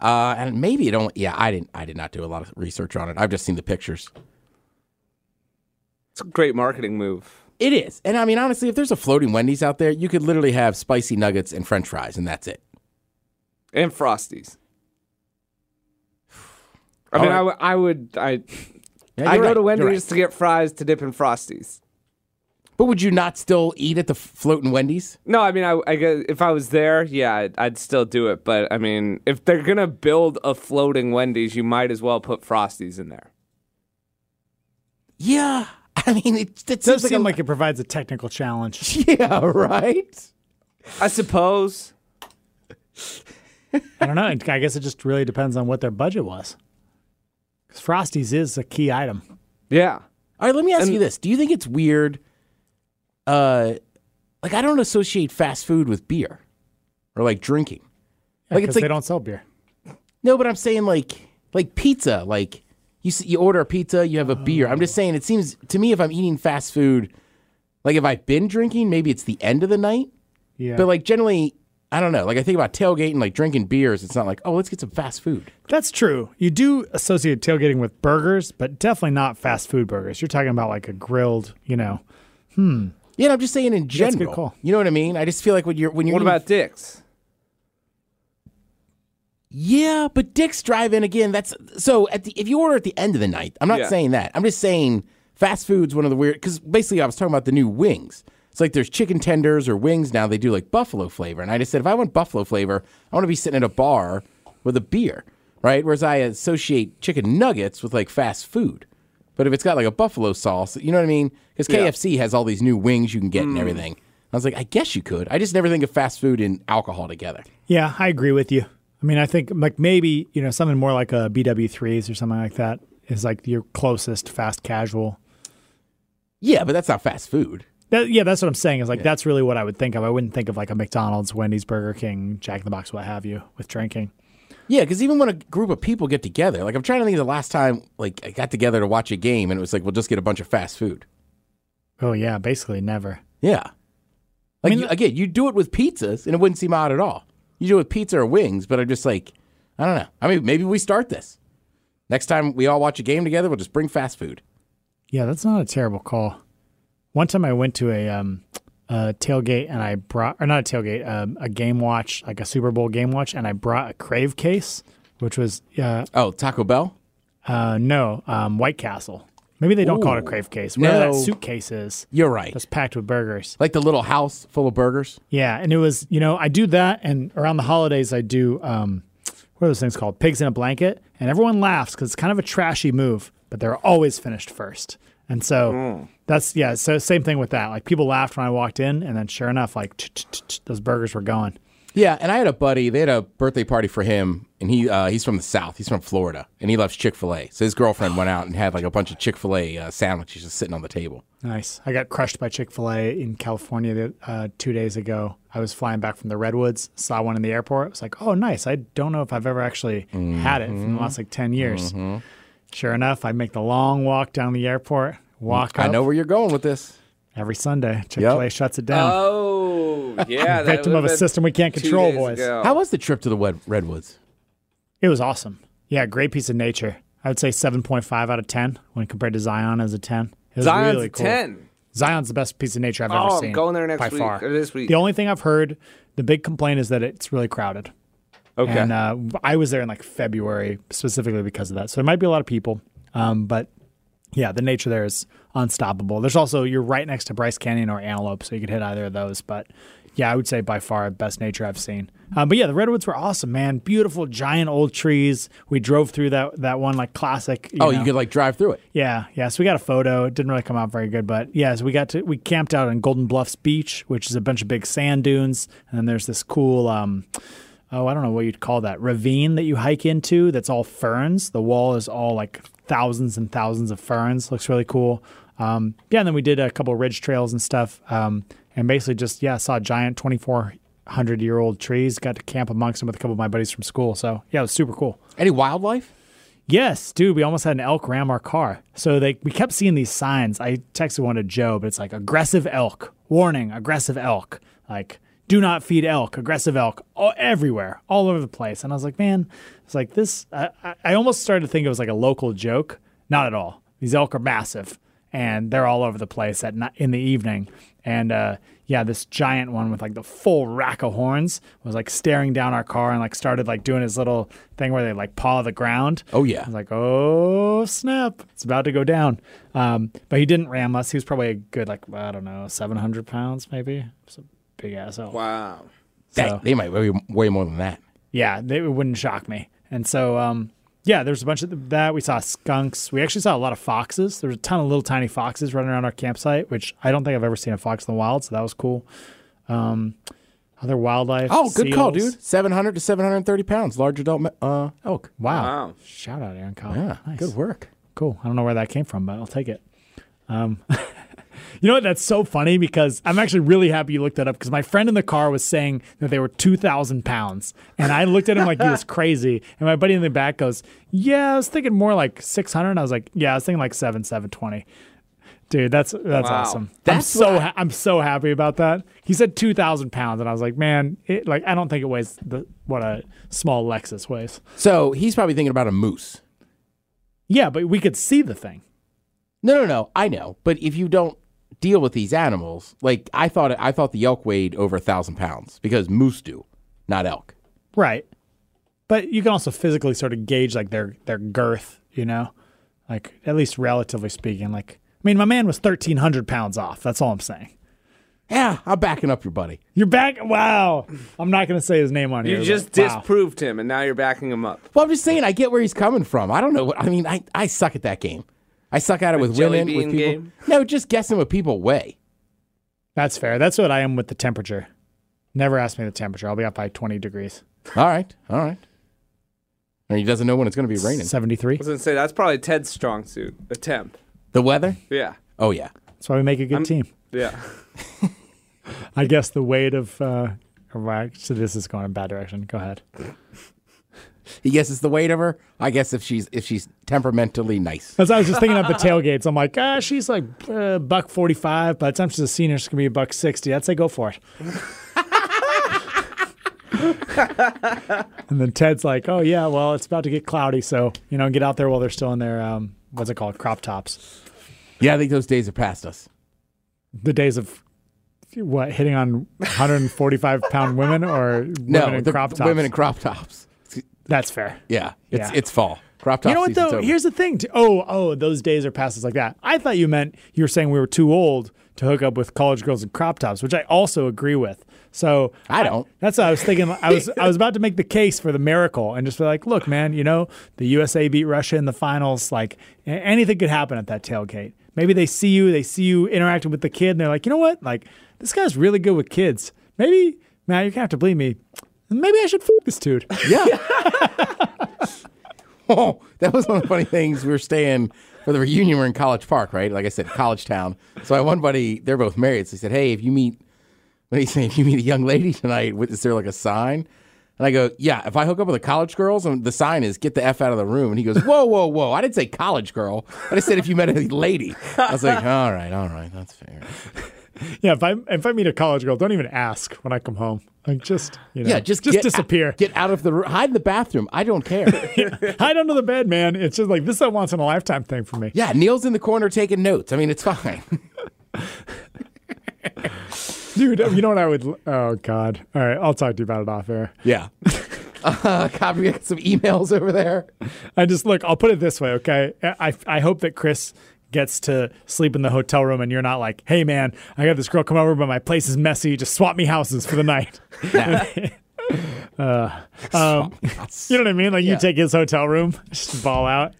[SPEAKER 2] Uh and maybe it only yeah, I didn't I did not do a lot of research on it. I've just seen the pictures.
[SPEAKER 1] It's a great marketing move.
[SPEAKER 2] It is. And I mean honestly, if there's a floating Wendy's out there, you could literally have spicy nuggets and french fries and that's it.
[SPEAKER 1] And Frosties. I mean, Oh, I, w- I would. I,
[SPEAKER 2] Yeah,
[SPEAKER 1] I go
[SPEAKER 2] you're right.
[SPEAKER 1] to
[SPEAKER 2] You're
[SPEAKER 1] Wendy's
[SPEAKER 2] right.
[SPEAKER 1] to get fries to dip in Frosties.
[SPEAKER 2] But would you not still eat at the f- floating Wendy's?
[SPEAKER 1] No, I mean, I, I guess if I was there, yeah, I'd, I'd still do it. But I mean, if they're gonna build a floating Wendy's, you might as well put Frosties in there.
[SPEAKER 2] Yeah. [laughs] I mean, it, it
[SPEAKER 3] Does
[SPEAKER 2] seems
[SPEAKER 3] seem
[SPEAKER 2] a-
[SPEAKER 3] like it provides a technical challenge.
[SPEAKER 2] [laughs] Yeah, right?
[SPEAKER 1] I suppose.
[SPEAKER 3] I don't know. I guess it just really depends on what their budget was. Because Frosties is a key item.
[SPEAKER 1] Yeah.
[SPEAKER 2] All right, let me ask you this. Do you think it's weird? Uh, like, I don't associate fast food with beer or like drinking.
[SPEAKER 3] Like
[SPEAKER 2] like, it's
[SPEAKER 3] they
[SPEAKER 2] like,
[SPEAKER 3] don't sell beer.
[SPEAKER 2] no, but I'm saying like, like pizza. Like, you, s- you order a pizza, you have a beer. I'm just saying, it seems to me if I'm eating fast food, like if I've been drinking, maybe it's the end of the night.
[SPEAKER 3] Yeah.
[SPEAKER 2] But like, generally, I don't know. Like, I think about tailgating, like drinking beers. It's not like, oh, let's get some fast food.
[SPEAKER 3] That's true. You do associate tailgating with burgers, but definitely not fast food burgers. You're talking about like a grilled, you know.
[SPEAKER 2] Yeah, I'm just saying in general.
[SPEAKER 3] a good call.
[SPEAKER 2] You know what I mean? I just feel like when you're when you're
[SPEAKER 1] What
[SPEAKER 2] eating
[SPEAKER 1] about dicks?
[SPEAKER 2] Yeah, but Dick's Drive-In again. That's so. At the if you order at the end of the night, I'm not
[SPEAKER 1] Yeah.
[SPEAKER 2] saying that. I'm just saying fast food's one of the weird. Because basically, I was talking about the new wings. It's like there's chicken tenders or wings now. They do like buffalo flavor, and I just said if I want buffalo flavor, I want to be sitting at a bar with a beer, right? Whereas I associate chicken nuggets with like fast food. But if it's got like a buffalo sauce, you know what I mean? Because KFC has all these new wings you can get and everything. I was like, I guess you could. I just never think of fast food and alcohol together.
[SPEAKER 3] Yeah, I agree with you. I mean, I think like maybe, you know, something more like a BW3s or something like that is like your closest fast casual.
[SPEAKER 2] Yeah, but that's not fast food.
[SPEAKER 3] That, yeah, that's what I'm saying. Is like that's really what I would think of. I wouldn't think of like a McDonald's, Wendy's, Burger King, Jack in the Box, what have you, with drinking.
[SPEAKER 2] Yeah, because even when a group of people get together, like I'm trying to think of the last time like I got together to watch a game and it was like we'll just get a bunch of fast food.
[SPEAKER 3] Oh yeah, basically never.
[SPEAKER 2] Yeah, like
[SPEAKER 3] mean,
[SPEAKER 2] you- again, you do it with pizzas and it wouldn't seem odd at all. You do it with pizza or wings, but I'm just like I don't know. I mean, maybe we start this next time we all watch a game together. We'll just bring fast food.
[SPEAKER 3] Yeah, that's not a terrible call. One time I went to a um, a tailgate and I brought, or not a tailgate, um, a game watch, like a Super Bowl game watch, and I brought a Crave case, which was uh,
[SPEAKER 2] Oh, Taco Bell.
[SPEAKER 3] uh, no um, White Castle. Maybe they don't call it a
[SPEAKER 2] Ooh.
[SPEAKER 3] Crave case. Whatever
[SPEAKER 2] No.
[SPEAKER 3] that suitcase is,
[SPEAKER 2] You're right.
[SPEAKER 3] that's packed with burgers.
[SPEAKER 2] Like the little house full of burgers.
[SPEAKER 3] Yeah, and it was you know I do that, and around the holidays I do um, what are those things called? Pigs in a blanket, and everyone laughs because it's kind of a trashy move, but they're always finished first, and so that's yeah. So same thing with that. Like people laughed when I walked in, and then sure enough, like ch- ch- ch- ch- those burgers were going.
[SPEAKER 2] Yeah, and I had a buddy. They had a birthday party for him, and he uh, he's from the South. He's from Florida, and he loves Chick Fil A. So his girlfriend went out and had like a bunch of Chick Fil A uh, sandwiches just sitting on the table.
[SPEAKER 3] Nice. I got crushed by Chick fil A in California the- uh, two days ago. I was flying back from the Redwoods, saw one in the airport. I was like, oh, nice. I don't know if I've ever actually had it
[SPEAKER 2] Mm-hmm.
[SPEAKER 3] in the last like 10 years. Sure enough, I make the long walk down the airport, walk up.
[SPEAKER 2] I know where you're going with this.
[SPEAKER 3] Every Sunday, Chick fil A
[SPEAKER 2] Yep.
[SPEAKER 3] shuts it down. [laughs]
[SPEAKER 1] Oh, yeah. that
[SPEAKER 3] Victim
[SPEAKER 1] would've
[SPEAKER 3] of a
[SPEAKER 1] been
[SPEAKER 3] system we can't
[SPEAKER 1] two
[SPEAKER 3] control,
[SPEAKER 1] days
[SPEAKER 3] boys.
[SPEAKER 1] ago.
[SPEAKER 2] Oh. How was the trip to the Wed- Redwoods?
[SPEAKER 3] It was awesome. Yeah, great piece of nature. I would say 7.5 out of 10 when compared to Zion as a 10. It was
[SPEAKER 1] Zion's
[SPEAKER 3] really
[SPEAKER 1] a
[SPEAKER 3] cool.
[SPEAKER 1] 10.
[SPEAKER 3] Zion's the best piece of nature I've ever
[SPEAKER 1] Oh,
[SPEAKER 3] seen.
[SPEAKER 1] I'm going there next
[SPEAKER 3] by
[SPEAKER 1] week
[SPEAKER 3] far.
[SPEAKER 1] or this week.
[SPEAKER 3] The only thing I've heard, the big complaint is that it's really crowded.
[SPEAKER 1] Okay.
[SPEAKER 3] And uh, I was there in like February specifically because of that. So there might be a lot of people. Um, but yeah, the nature there is unstoppable. There's also, you're right next to Bryce Canyon or Antelope, so you could hit either of those. But yeah, I would say by far best nature I've seen. Um, but yeah, the redwoods were awesome, man. Beautiful, giant old trees. We drove through that that one like classic.
[SPEAKER 2] oh,
[SPEAKER 3] know,
[SPEAKER 2] you could like drive through it.
[SPEAKER 3] yeah, yeah. So we got a photo. It didn't really come out very good, but yeah, so we got to we camped out on Golden Bluffs Beach, which is a bunch of big sand dunes, and then there's this cool um oh, I don't know what you'd call that ravine that you hike into that's all ferns. The wall is all like thousands and thousands of ferns. Looks really cool. Um yeah, and then we did a couple ridge trails and stuff. Um and basically just yeah, saw giant 2400 year old trees, got to camp amongst them with a couple of my buddies from school. So, yeah, it was super cool.
[SPEAKER 2] Any wildlife?
[SPEAKER 3] Yes, dude, we almost had an elk ram our car. So they we kept seeing these signs. I texted one to Joe, but it's like aggressive elk, warning, aggressive elk, like do not feed elk, aggressive elk, all, everywhere, all over the place. And I was like, man, it's like this. I, I- I almost started to think it was like a local joke. Not at all. These elk are massive, and they're all over the place at night in the evening. And uh, yeah, this giant one with like the full rack of horns was like staring down our car and like started like doing his little thing where they like paw the ground.
[SPEAKER 2] Oh, yeah.
[SPEAKER 3] I was like, oh snap, it's about to go down. Um, but he didn't ram us. He was probably a good like I don't know, seven hundred pounds maybe. It's a big ass elk.
[SPEAKER 1] wow.
[SPEAKER 2] Dang,
[SPEAKER 3] So-
[SPEAKER 2] they might weigh way more than that.
[SPEAKER 3] Yeah, they, it wouldn't shock me. And so, um, yeah, there's a bunch of that. We saw skunks. We actually saw a lot of foxes. There was a ton of little tiny foxes running around our campsite, which I don't think I've ever seen a fox in the wild. So that was cool. Um, other wildlife.
[SPEAKER 2] Oh, good call,
[SPEAKER 3] seals. Oh,
[SPEAKER 2] dude. Seven hundred to seven hundred thirty pounds, large adult ma- uh, elk.
[SPEAKER 3] Wow.
[SPEAKER 1] Wow.
[SPEAKER 3] Shout out, Aaron Collins.
[SPEAKER 2] Yeah,
[SPEAKER 3] nice.
[SPEAKER 2] good work.
[SPEAKER 3] Cool. I don't know where that came from, but I'll take it. Um, [laughs] you know what? That's so funny because I'm actually really happy you looked that up because my friend in the car was saying that they were 2,000 pounds. And I looked at him like he was crazy. And my buddy in the back goes, Yeah, I was thinking more like 600. And I was like, Yeah, I was thinking like 7, 720. Dude, that's that's
[SPEAKER 1] Wow.
[SPEAKER 3] awesome.
[SPEAKER 2] That's
[SPEAKER 3] I'm so ha- I'm so happy about that. He said two thousand pounds, and I was like, man, it, like I don't think it weighs the, what a small Lexus weighs.
[SPEAKER 2] So he's probably thinking about a moose.
[SPEAKER 3] Yeah, but we could see the thing.
[SPEAKER 2] No, no, no. I know, but if you don't deal with these animals, like I thought, I thought the elk weighed over a thousand pounds because moose do, not elk.
[SPEAKER 3] Right. But you can also physically sort of gauge like their their girth, you know, like at least relatively speaking. Like, I mean, my man was thirteen hundred pounds off. That's all I'm saying.
[SPEAKER 2] Yeah, I'm backing up your buddy.
[SPEAKER 3] You're back. Wow. I'm not gonna say his name on here.
[SPEAKER 1] You
[SPEAKER 3] but
[SPEAKER 1] just
[SPEAKER 3] wow.
[SPEAKER 1] disproved him, and now you're backing him up.
[SPEAKER 2] Well, I'm just saying, I get where he's coming from. I don't know. What, I mean, I, I suck at that game. I suck at it with
[SPEAKER 1] jelly
[SPEAKER 2] women, with
[SPEAKER 1] bean
[SPEAKER 2] people.
[SPEAKER 1] game?
[SPEAKER 2] No, just guessing what people weigh.
[SPEAKER 3] That's fair. That's what I am with the temperature. Never ask me the temperature. I'll be up by twenty degrees.
[SPEAKER 2] All right, all right. And he doesn't know when it's going to be raining.
[SPEAKER 3] Seventy three.
[SPEAKER 1] I was gonna say that's probably Ted's strong suit. Attempt.
[SPEAKER 2] The weather?
[SPEAKER 1] Yeah.
[SPEAKER 2] Oh yeah.
[SPEAKER 3] That's why we make a good team.
[SPEAKER 1] Yeah.
[SPEAKER 3] I guess the weight of uh Iraq. So this is going in a bad direction. Go ahead.
[SPEAKER 2] He guesses the weight of her. I guess if she's if she's temperamentally nice.
[SPEAKER 3] Because I was just thinking at the tailgates, I'm like, ah, she's like uh, buck forty five. By the time she's a senior, she's gonna be a buck sixty. I'd say go for it. and then Ted's like, oh yeah, well it's about to get cloudy, so you know, get out there while they're still in their um, what's it called, crop tops.
[SPEAKER 2] Yeah, I think those days are past us.
[SPEAKER 3] The days of what hitting on 145 pound women or women
[SPEAKER 2] No,
[SPEAKER 3] in
[SPEAKER 2] the-
[SPEAKER 3] crop
[SPEAKER 2] the
[SPEAKER 3] tops.
[SPEAKER 2] Women in crop tops.
[SPEAKER 3] That's fair.
[SPEAKER 2] Yeah, it's
[SPEAKER 3] Yeah.
[SPEAKER 2] it's fall. Crop top.
[SPEAKER 3] You know what
[SPEAKER 2] season's
[SPEAKER 3] though?
[SPEAKER 2] over.
[SPEAKER 3] Here's the thing. too- Oh, oh, those days are past us like that. I thought you meant you were saying we were too old to hook up with college girls in crop tops, which I also agree with. So
[SPEAKER 2] I don't.
[SPEAKER 3] that's what I was thinking. I was I was about to make the case for the miracle and just be like, look, man, you know, the USA beat Russia in the finals. Like a- anything could happen at that tailgate. Maybe they see you, they see you interacting with the kid, and they're like, you know what? Like this guy's really good with kids. Maybe Matt, you're gonna have to believe me. maybe I should f- this dude.
[SPEAKER 2] Yeah. [laughs] oh, that was one of the funny things. We were staying for the reunion. We're in College Park, right? Like I said, College Town. So I had one buddy. They're both married. So he said, "Hey, if you meet, what do you say? If you meet a young lady tonight, what, is there like a sign?" And I go, "Yeah. If I hook up with the college girls, and the sign is get the f out of the room." And he goes, "Whoa, whoa, whoa! I didn't say college girl. I just said if you met a lady." I was like, "All right, all right, that's fair."
[SPEAKER 3] Yeah, if I if I meet a college girl, don't even ask when I come home. Like just you know,
[SPEAKER 2] Yeah, just
[SPEAKER 3] just
[SPEAKER 2] get-
[SPEAKER 3] disappear.
[SPEAKER 2] Get out of the room. Hide in the bathroom. I don't care.
[SPEAKER 3] [laughs] Hide under the bed, man. It's just like this is a once in a lifetime thing for me.
[SPEAKER 2] Yeah, Neil's in the corner taking notes. I mean, it's fine.
[SPEAKER 3] Dude, you know what I would? Oh God! All right, I'll talk to you about it off air.
[SPEAKER 2] Yeah. [laughs] uh, God, we got some emails over there.
[SPEAKER 3] I just look. I'll put it this way, okay? I I hope that Chris gets to sleep in the hotel room, and you're not like, "Hey, man, I got this girl come over, but my place is messy. Just swap me houses for the [laughs] night."
[SPEAKER 2] Um,
[SPEAKER 3] You know what I mean? Like
[SPEAKER 2] Yeah.
[SPEAKER 3] you take his hotel room, [laughs] just ball out.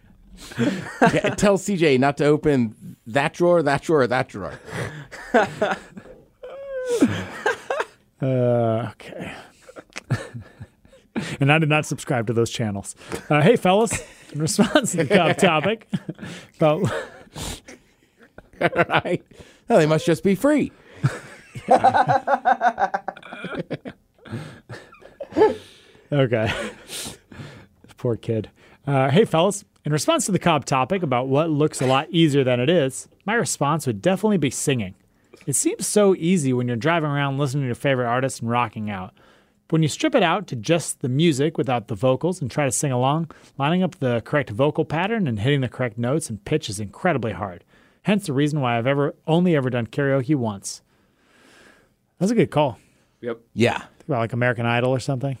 [SPEAKER 2] Yeah, tell CJ not to open that drawer, that drawer, that drawer. [laughs]
[SPEAKER 3] Uh, okay. and I did not subscribe to those channels. Uh, hey, fellas, in response to the top topic about
[SPEAKER 2] Right? No, they must just be free.
[SPEAKER 3] Okay. [laughs] Poor kid. Uh, hey, fellas. In response to the Cobb topic about what looks a lot easier than it is, my response would definitely be singing. It seems so easy when you're driving around listening to your favorite artist and rocking out. But when you strip it out to just the music without the vocals and try to sing along, lining up the correct vocal pattern and hitting the correct notes and pitch is incredibly hard. Hence the reason why I've ever only ever done karaoke once. That's a good call.
[SPEAKER 1] [laughs] Yep.
[SPEAKER 2] Yeah.
[SPEAKER 3] About like American Idol or something.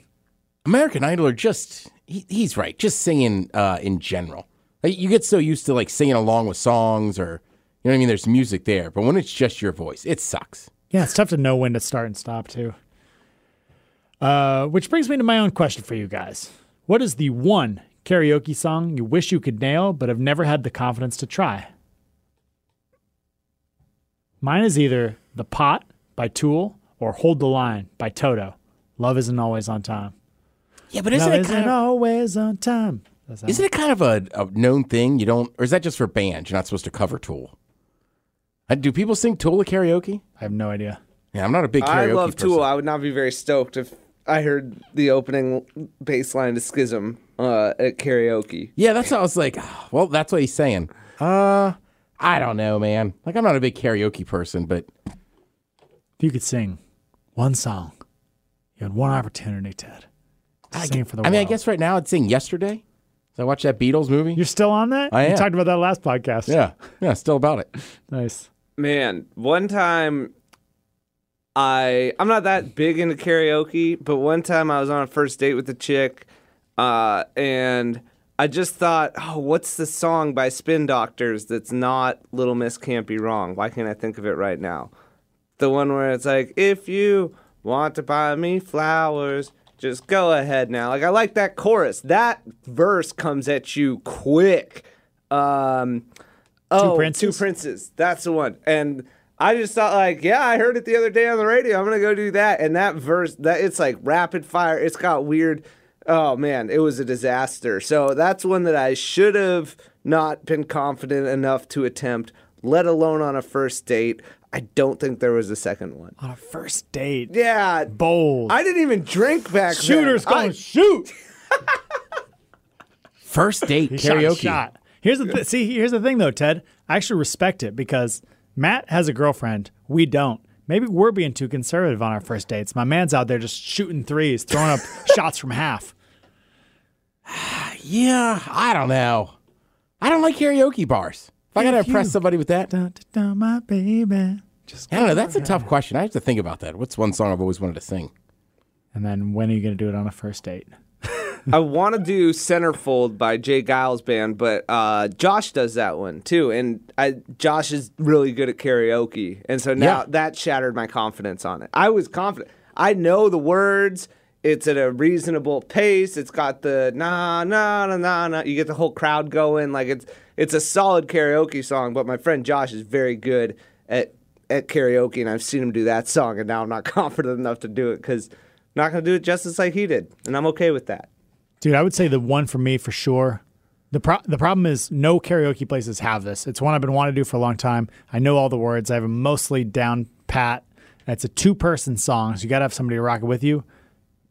[SPEAKER 2] American Idol are just, he, he's right, just singing uh, in general. Like, you get so used to like singing along with songs or, you know what I mean? There's music there, but when it's just your voice, it sucks.
[SPEAKER 3] Yeah, it's tough to know when to start and stop too. Uh, which brings me to my own question for you guys. What is the one karaoke song you wish you could nail but have never had the confidence to try? Mine is either The Pot by Tool or Hold the Line by Toto. Love isn't always on time.
[SPEAKER 2] Yeah, but
[SPEAKER 3] Love
[SPEAKER 2] isn't, it,
[SPEAKER 3] isn't
[SPEAKER 2] kind of,
[SPEAKER 3] always on time. That's that
[SPEAKER 2] isn't it kind of a, a known thing? You don't, or is that just for bands? You're not supposed to cover Tool. Uh, do people sing Tool at karaoke?
[SPEAKER 3] one. I have no idea.
[SPEAKER 2] Yeah, I'm not a big karaoke
[SPEAKER 1] I love
[SPEAKER 2] person.
[SPEAKER 1] Tool. I would not be very stoked if I heard the opening bass line to Schism uh, at karaoke.
[SPEAKER 2] Yeah, that's what I was like. "Ah, Well, that's what he's saying. Uh, I don't know, man. Like, I'm not a big karaoke person, but
[SPEAKER 3] If you could sing one song, you had one opportunity, Ted.
[SPEAKER 2] I,
[SPEAKER 3] Sing for the
[SPEAKER 2] I mean, I
[SPEAKER 3] world.
[SPEAKER 2] guess right now I'd sing "Yesterday." So I watched that Beatles movie.
[SPEAKER 3] You're still on that?
[SPEAKER 2] I
[SPEAKER 3] You
[SPEAKER 2] am.
[SPEAKER 3] talked about that last podcast.
[SPEAKER 2] [laughs] yeah, yeah, still about it.
[SPEAKER 3] Nice.
[SPEAKER 1] Man, one time I I'm not that big into karaoke, but one time I was on a first date with a chick, uh, and I just thought, oh, what's the song by Spin Doctors that's not Little Miss Can't Be Wrong? Why can't I think of it right now? The one where it's like, if you want to buy me flowers, just go ahead now. Like I like that chorus. That verse comes at you quick. Um oh,
[SPEAKER 3] Princes?
[SPEAKER 1] Two Princes. That's the one. And I just thought like, yeah, I heard it the other day on the radio. I'm gonna go do that. And that verse that it's like rapid fire. It's got weird. Oh man, it was a disaster. So that's one that I should have not been confident enough to attempt, let alone on a first date. I don't think there was a second one.
[SPEAKER 3] On a first date.
[SPEAKER 1] Yeah.
[SPEAKER 3] Bold.
[SPEAKER 1] I didn't even drink back
[SPEAKER 3] Shooters
[SPEAKER 1] then.
[SPEAKER 3] going
[SPEAKER 1] I-
[SPEAKER 3] shoot. [laughs]
[SPEAKER 2] First date
[SPEAKER 3] Shot,
[SPEAKER 2] karaoke.
[SPEAKER 3] Shot. Here's the th- see. Here's the thing though, Ted. I actually respect it because Matt has a girlfriend. We don't. Maybe we're being too conservative on our first dates. My man's out there just shooting threes, throwing
[SPEAKER 2] [laughs]
[SPEAKER 3] up shots from half.
[SPEAKER 2] Yeah, I don't know. I don't like karaoke bars. If I gotta
[SPEAKER 3] If you-
[SPEAKER 2] impress somebody with that, I
[SPEAKER 3] Dun, dun, dun, my baby. Just
[SPEAKER 2] don't know. That's a tough question. I have to think about that. What's one song I've always wanted to sing?
[SPEAKER 3] and then when are you gonna do it on a first date?
[SPEAKER 1] I want to do Centerfold by Jay Giles Band, but uh, Josh does that one too. And I, Josh is really good at karaoke. And so now
[SPEAKER 2] Yeah.
[SPEAKER 1] that shattered my confidence on it. I was confident. I know the words. It's at a reasonable pace. It's got the na na na na na. You get the whole crowd going. Like it's it's a solid karaoke song. But my friend Josh is very good [laughs] at at karaoke, and I've seen him do that song. And now I'm not confident enough to do it because Not going to do it justice like he did, and I'm okay with that.
[SPEAKER 3] Dude, I would say the one for me for sure. The pro- the problem is no karaoke places have this. It's one I've been wanting to do for a long time. I know all the words. I have them mostly down pat. And it's a two person song, so you gotta have somebody to rock it with you.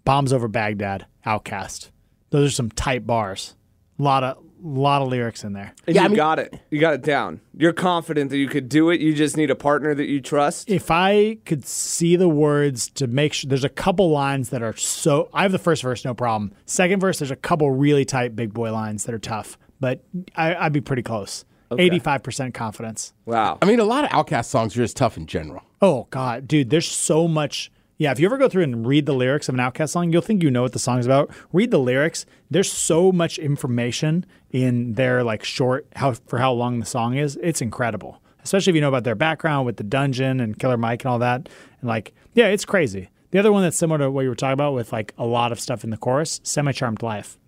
[SPEAKER 3] Bombs over Baghdad, Outcast. Those are some tight bars. A lot of lot of lyrics in there.
[SPEAKER 1] And
[SPEAKER 2] Yeah,
[SPEAKER 1] you
[SPEAKER 2] I mean-
[SPEAKER 1] got it. You got it down. You're confident that you could do it. You just need a partner that you trust.
[SPEAKER 3] If I could see the words to make sure there's a couple lines that are so I have the first verse, no problem. Second verse, there's a couple really tight big boy lines that are tough, but I, I'd be pretty close. Eighty-five percent confidence.
[SPEAKER 1] Wow.
[SPEAKER 2] I mean, a lot of Outcast songs are just tough in general.
[SPEAKER 3] Oh God, dude, there's so much. Yeah, if you ever go through and read the lyrics of an Outcast song, you'll think you know what the song's about. Read the lyrics. There's so much information in their like short how for how long the song is. It's incredible, especially if you know about their background with the dungeon and Killer Mike and all that. And like, yeah, it's crazy. The other one that's similar to what you were talking about with like a lot of stuff in the chorus, Semi Charmed Life.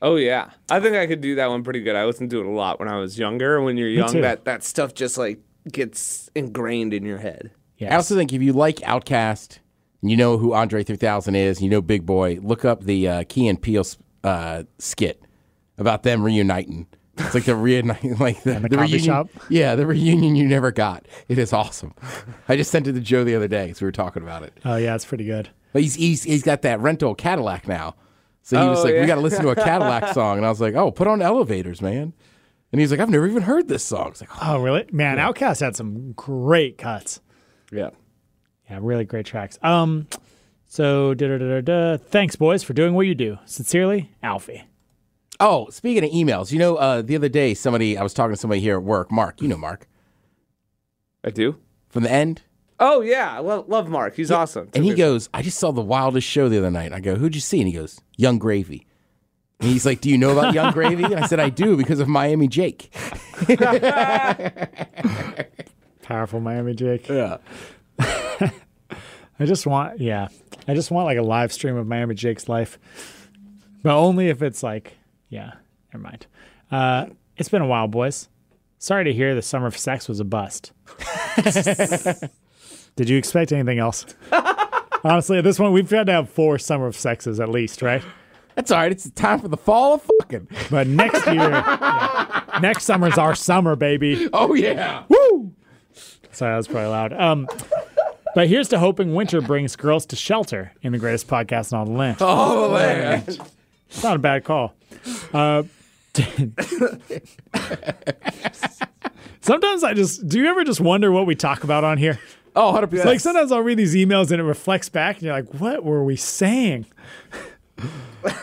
[SPEAKER 1] Oh yeah, I think I could do that one pretty good. I listened to it a lot when I was younger. When you're young,
[SPEAKER 3] too.
[SPEAKER 1] that that stuff just like gets ingrained in your head.
[SPEAKER 2] I also think if you like Outcast, and you know who Andre 3000 is, and you know Big Boy, look up the uh, Key and Peele uh, skit about them reuniting. It's like the reunite, [laughs] like the,
[SPEAKER 3] the coffee
[SPEAKER 2] reunion.
[SPEAKER 3] shop?
[SPEAKER 2] Yeah, the reunion you never got. It is awesome. [laughs] I just sent it to Joe the other day because we were talking about it.
[SPEAKER 3] Oh yeah, it's pretty good.
[SPEAKER 2] But he's he's, he's got that rental Cadillac now, so he was
[SPEAKER 1] Oh,
[SPEAKER 2] like,
[SPEAKER 1] yeah.
[SPEAKER 2] "We got to listen to a
[SPEAKER 1] [laughs]
[SPEAKER 2] Cadillac song," and I was like, "Oh, put on Elevators, man." And he's like, "I've never even heard this song." It's like, oh,
[SPEAKER 3] Oh really? Man, Outcast had some great cuts.
[SPEAKER 1] Yeah.
[SPEAKER 3] Yeah, really great tracks. Um, so da da da da. Thanks, boys, for doing what you do. Sincerely, Alfie.
[SPEAKER 2] Oh, speaking of emails, you know, uh, the other day, somebody I was talking to somebody here at work, Mark. You know, Mark
[SPEAKER 1] I do.
[SPEAKER 2] from the end,
[SPEAKER 1] Oh yeah, I lo- love Mark. He's awesome.
[SPEAKER 2] and he goes, "I just saw the wildest show the other night." And I go, "Who'd you see?" And he goes, "Young Gravy." And he's like, "Do you know about Young Gravy?" And I said, "I do because of Miami Jake."
[SPEAKER 3] Powerful Miami Jake. Yeah. [laughs] I just want, yeah, I just want like a live stream of Miami Jake's life, but only if it's like, yeah, never mind. Uh, it's been a while, boys. Sorry to hear the summer of sex was a bust. [laughs] Did you expect anything else? [laughs] Honestly, at this point, we've tried to have four summer of sexes at least, right?
[SPEAKER 2] That's all right. It's time for the fall of fucking.
[SPEAKER 3] But next year, [laughs] yeah. next summer's our summer, baby.
[SPEAKER 2] Oh yeah.
[SPEAKER 3] Woo! Sorry, that was probably loud. Um, but here's to hoping winter brings girls to shelter in the greatest podcast in all the land.
[SPEAKER 2] Oh man.
[SPEAKER 3] It's not a bad call. Uh, [laughs] sometimes I just do you ever just wonder what we talk about on here?
[SPEAKER 2] Oh, 100 percent.
[SPEAKER 3] Like sometimes I'll read these emails and it reflects back, and you're like, "What were we saying?"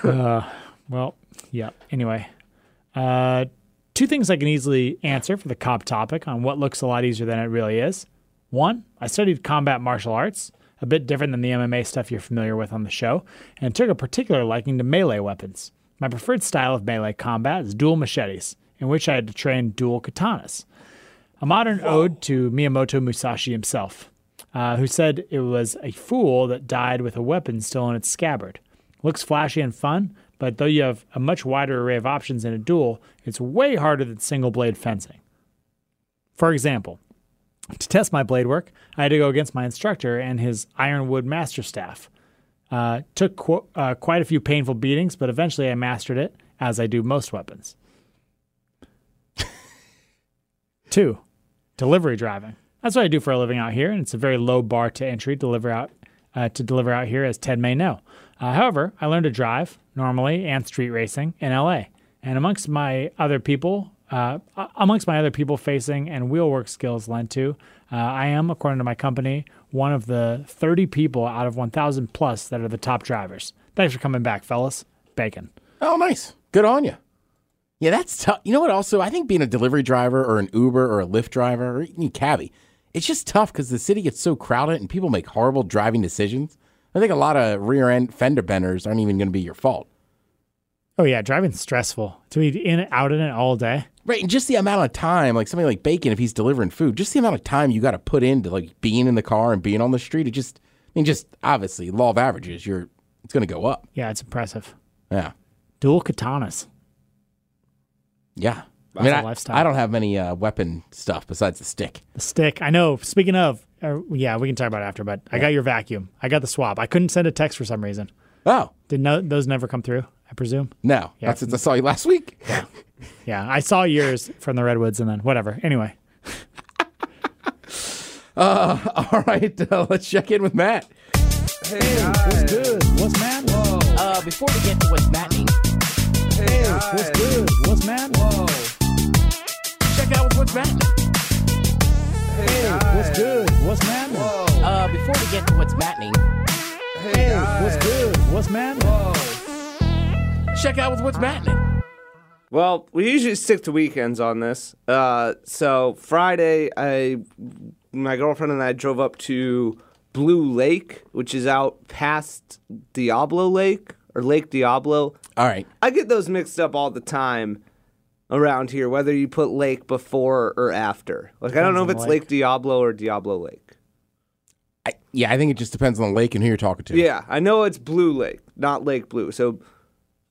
[SPEAKER 3] uh, well, yeah. Anyway, uh, two things I can easily answer for the cop topic on what looks a lot easier than it really is. One, I studied combat martial arts, a bit different than the MMA stuff you're familiar with on the show, and took a particular liking to melee weapons. My preferred style of melee combat is dual machetes, in which I had to train dual katanas a modern ode to Miyamoto Musashi himself, uh, who said it was a fool that died with a weapon still in its scabbard. Looks flashy and fun, but though you have a much wider array of options in a duel, it's way harder than single blade fencing. For example, to test my blade work, I had to go against my instructor and his Ironwood Master Staff. Uh, took qu- uh, quite a few painful beatings, but eventually I mastered it, as I do most weapons. [laughs] Two, delivery driving. That's what I do for a living out here, and it's a very low bar to entry deliver out uh, to deliver out here, as Ted may know. Uh, however, I learned to drive normally and street racing in LA, and amongst my other people, uh, a- amongst my other people facing and wheel work skills lent to, uh, I am, according to my company, one of the 30 people out of 1,000 plus that are the top drivers. Thanks for coming back, fellas. Bacon.
[SPEAKER 2] Oh, nice. Good on you. Yeah, that's tough. You know what? Also, I think being a delivery driver or an Uber or a Lyft driver or even cabbie, it's just tough because the city gets so crowded and people make horrible driving decisions. I think a lot of rear end fender benders aren't even going to be your fault.
[SPEAKER 3] Oh yeah, driving's stressful. To be in and out in it all day.
[SPEAKER 2] Right, and just the amount of time, like somebody like Bacon, if he's delivering food, just the amount of time you got to put into like being in the car and being on the street, it just, I mean, just obviously law of averages, you're, it's going to go up.
[SPEAKER 3] Yeah, it's impressive.
[SPEAKER 2] Yeah,
[SPEAKER 3] Dual katanas.
[SPEAKER 2] yeah. I mean,
[SPEAKER 3] a
[SPEAKER 2] I,
[SPEAKER 3] lifestyle.
[SPEAKER 2] I don't have many uh, weapon stuff besides the stick.
[SPEAKER 3] The stick. I know. Speaking of, Uh, yeah, we can talk about it after. But I got your vacuum. I got the swab. I couldn't send a text for some reason.
[SPEAKER 2] Oh,
[SPEAKER 3] Did no, those never come through? I presume.
[SPEAKER 2] no. That's since I saw you last week.
[SPEAKER 3] Yeah, I saw yours from the redwoods, and then whatever. Anyway,
[SPEAKER 2] All right, uh, let's check in with Matt.
[SPEAKER 3] good. What's mad?
[SPEAKER 5] Uh, before we get to what's matching,
[SPEAKER 3] What's good? What's mad?
[SPEAKER 5] check out what's matching.
[SPEAKER 3] What's good? What's mad?
[SPEAKER 5] Uh, before we get to what's matching,
[SPEAKER 3] What's good? What's mad?
[SPEAKER 5] check out what's matching.
[SPEAKER 1] Well, we usually stick to weekends on this. Uh, so Friday, I my girlfriend and I drove up to Blue Lake, which is out past Diablo Lake or Lake Diablo.
[SPEAKER 2] All right.
[SPEAKER 1] I get those mixed up all the time around here, whether you put lake before or after. Like I don't know if it's Lake Diablo or Diablo Lake.
[SPEAKER 2] I, yeah, I think it just depends on the lake and who you're talking to.
[SPEAKER 1] Yeah, I know it's Blue Lake, not Lake Blue. So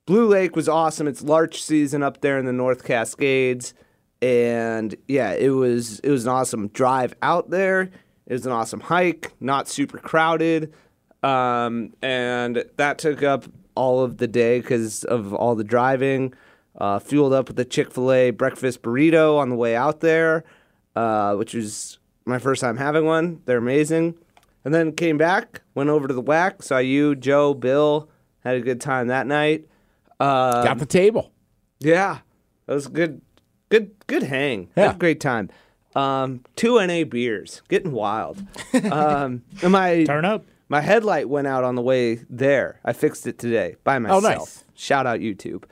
[SPEAKER 1] Blue Lake was awesome. It's larch season up there in the North Cascades, and yeah, it was it was an awesome drive out there. It was an awesome hike, not super crowded, um, and that took up all of the day because of all the driving. Uh, fueled up with a Chick Fil A breakfast burrito on the way out there, uh, which was my first time having one. They're amazing. And then came back, went over to the whack, saw you, Joe, Bill, had a good time that night. Uh,
[SPEAKER 2] Got the table.
[SPEAKER 1] yeah, that was a good, good, good hang. Had
[SPEAKER 2] Yeah.
[SPEAKER 1] a great time. Um, two NA beers, getting wild. Um, and my
[SPEAKER 3] Turn up.
[SPEAKER 1] my headlight went out on the way there. I fixed it today by myself.
[SPEAKER 2] Oh, nice.
[SPEAKER 1] Shout out YouTube.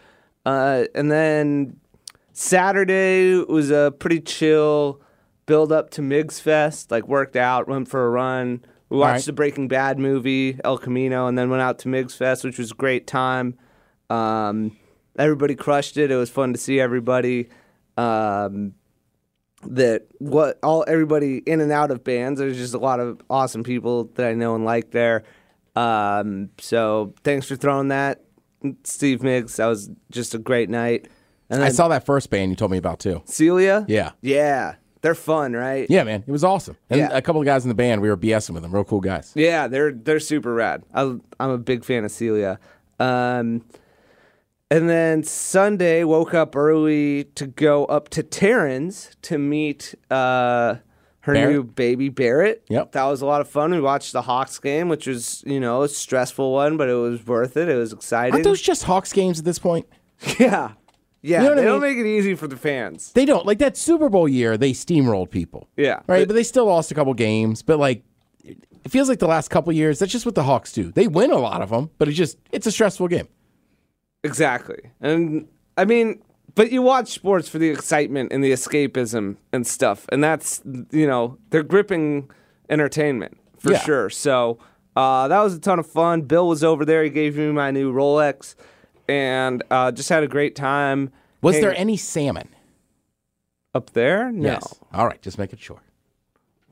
[SPEAKER 1] Uh, and then Saturday was a pretty chill build up to Migs Fest. Like worked out, went for a run. We watched
[SPEAKER 2] right.
[SPEAKER 1] the Breaking Bad movie El Camino, and then went out to Migs Fest, which was a great time. Um, everybody crushed it. It was fun to see everybody. Um, that what all everybody in and out of bands. There's just a lot of awesome people that I know and like there. Um, so thanks for throwing that, Steve Mix. That was just a great night. And
[SPEAKER 2] I
[SPEAKER 1] then
[SPEAKER 2] saw that first band you told me about too.
[SPEAKER 1] Celia.
[SPEAKER 2] Yeah.
[SPEAKER 1] yeah, they're fun, right?
[SPEAKER 2] Yeah, man, it was awesome. And
[SPEAKER 1] Yeah.
[SPEAKER 2] a couple of guys in the band, we were BSing with them. Real cool guys.
[SPEAKER 1] Yeah, they're they're super rad. I, I'm a big fan of Celia. Um, and then Sunday, woke up early to go up to Taryn's to meet uh, her
[SPEAKER 2] Barrett?
[SPEAKER 1] new baby Barrett.
[SPEAKER 2] Yep.
[SPEAKER 1] that was a lot of fun. We watched the Hawks game, which was you know a stressful one, but it was worth it. It was exciting.
[SPEAKER 2] Aren't those just Hawks games at this point?
[SPEAKER 1] [laughs] yeah, yeah.
[SPEAKER 2] You know what
[SPEAKER 1] they
[SPEAKER 2] I
[SPEAKER 1] don't
[SPEAKER 2] mean?
[SPEAKER 1] make it easy for the fans.
[SPEAKER 2] They don't like that Super Bowl year. They steamrolled people.
[SPEAKER 1] Yeah.
[SPEAKER 2] right. But, they still lost a couple games. But like, it feels like the last couple years. That's just what the Hawks do. They win a lot of them, but it's just it's a stressful game.
[SPEAKER 1] Exactly. And I mean, but you watch sports for the excitement and the escapism and stuff. And that's, you know, they're gripping entertainment for
[SPEAKER 2] Yeah.
[SPEAKER 1] sure. So uh, that was a ton of fun. Bill was over there. He gave me my new Rolex and uh, just had a great time.
[SPEAKER 2] Was
[SPEAKER 1] Hey,
[SPEAKER 2] there any salmon?
[SPEAKER 1] up there? No.
[SPEAKER 2] All right, just making sure.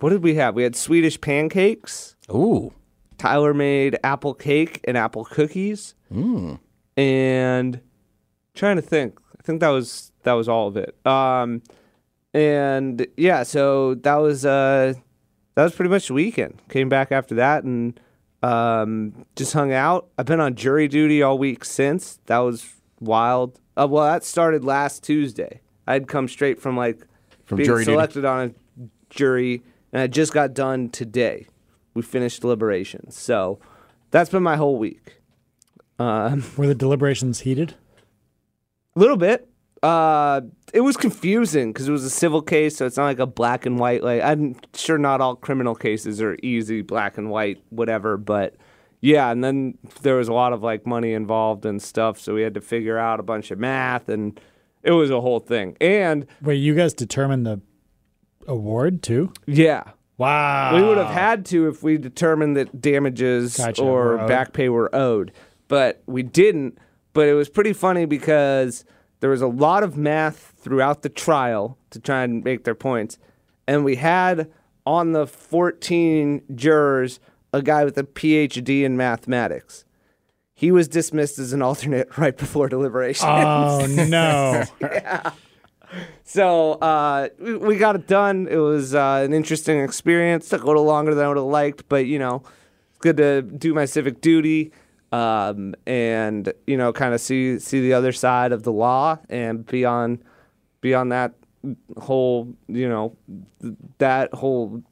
[SPEAKER 1] What did we have? We had Swedish pancakes.
[SPEAKER 2] Ooh,
[SPEAKER 1] Tyler made apple cake and apple cookies. And trying to think. I think that was that was all of it. Um and yeah, so that was uh that was pretty much the weekend. Came back after that and um just hung out. I've been on jury duty all week since. That was wild. Uh, well, that started last Tuesday. I'd come straight from like
[SPEAKER 2] From
[SPEAKER 1] being
[SPEAKER 2] jury duty?
[SPEAKER 1] selected on a jury and I just got done today. We finished deliberations. So that's been my whole week.
[SPEAKER 3] Were the deliberations heated?
[SPEAKER 1] A little bit. Uh, it was confusing because it was a civil case, so it's not like a black and white. Like I'm sure not all criminal cases are easy black and white, whatever. But yeah, and then there was a lot of like money involved and stuff, so we had to figure out a bunch of math, and it was a whole thing. And
[SPEAKER 3] Wait, you guys determined the award too?
[SPEAKER 1] yeah,
[SPEAKER 3] Wow.
[SPEAKER 1] we would have had to if we determined that damages
[SPEAKER 3] Gotcha,
[SPEAKER 1] or
[SPEAKER 3] were owed.
[SPEAKER 1] back pay were owed, but we didn't. But it was pretty funny because there was a lot of math throughout the trial to try and make their points, and we had on the 14 jurors a guy with a PhD in mathematics. He [laughs] was dismissed as an alternate right before deliberation.
[SPEAKER 3] Oh no.
[SPEAKER 1] So uh, we- we got it done. It was uh, an interesting experience. Took a little longer than I would have liked, but you know, it's good to do my civic duty um, and you know, kind of see see the other side of the law and be on be on that whole you know th- that whole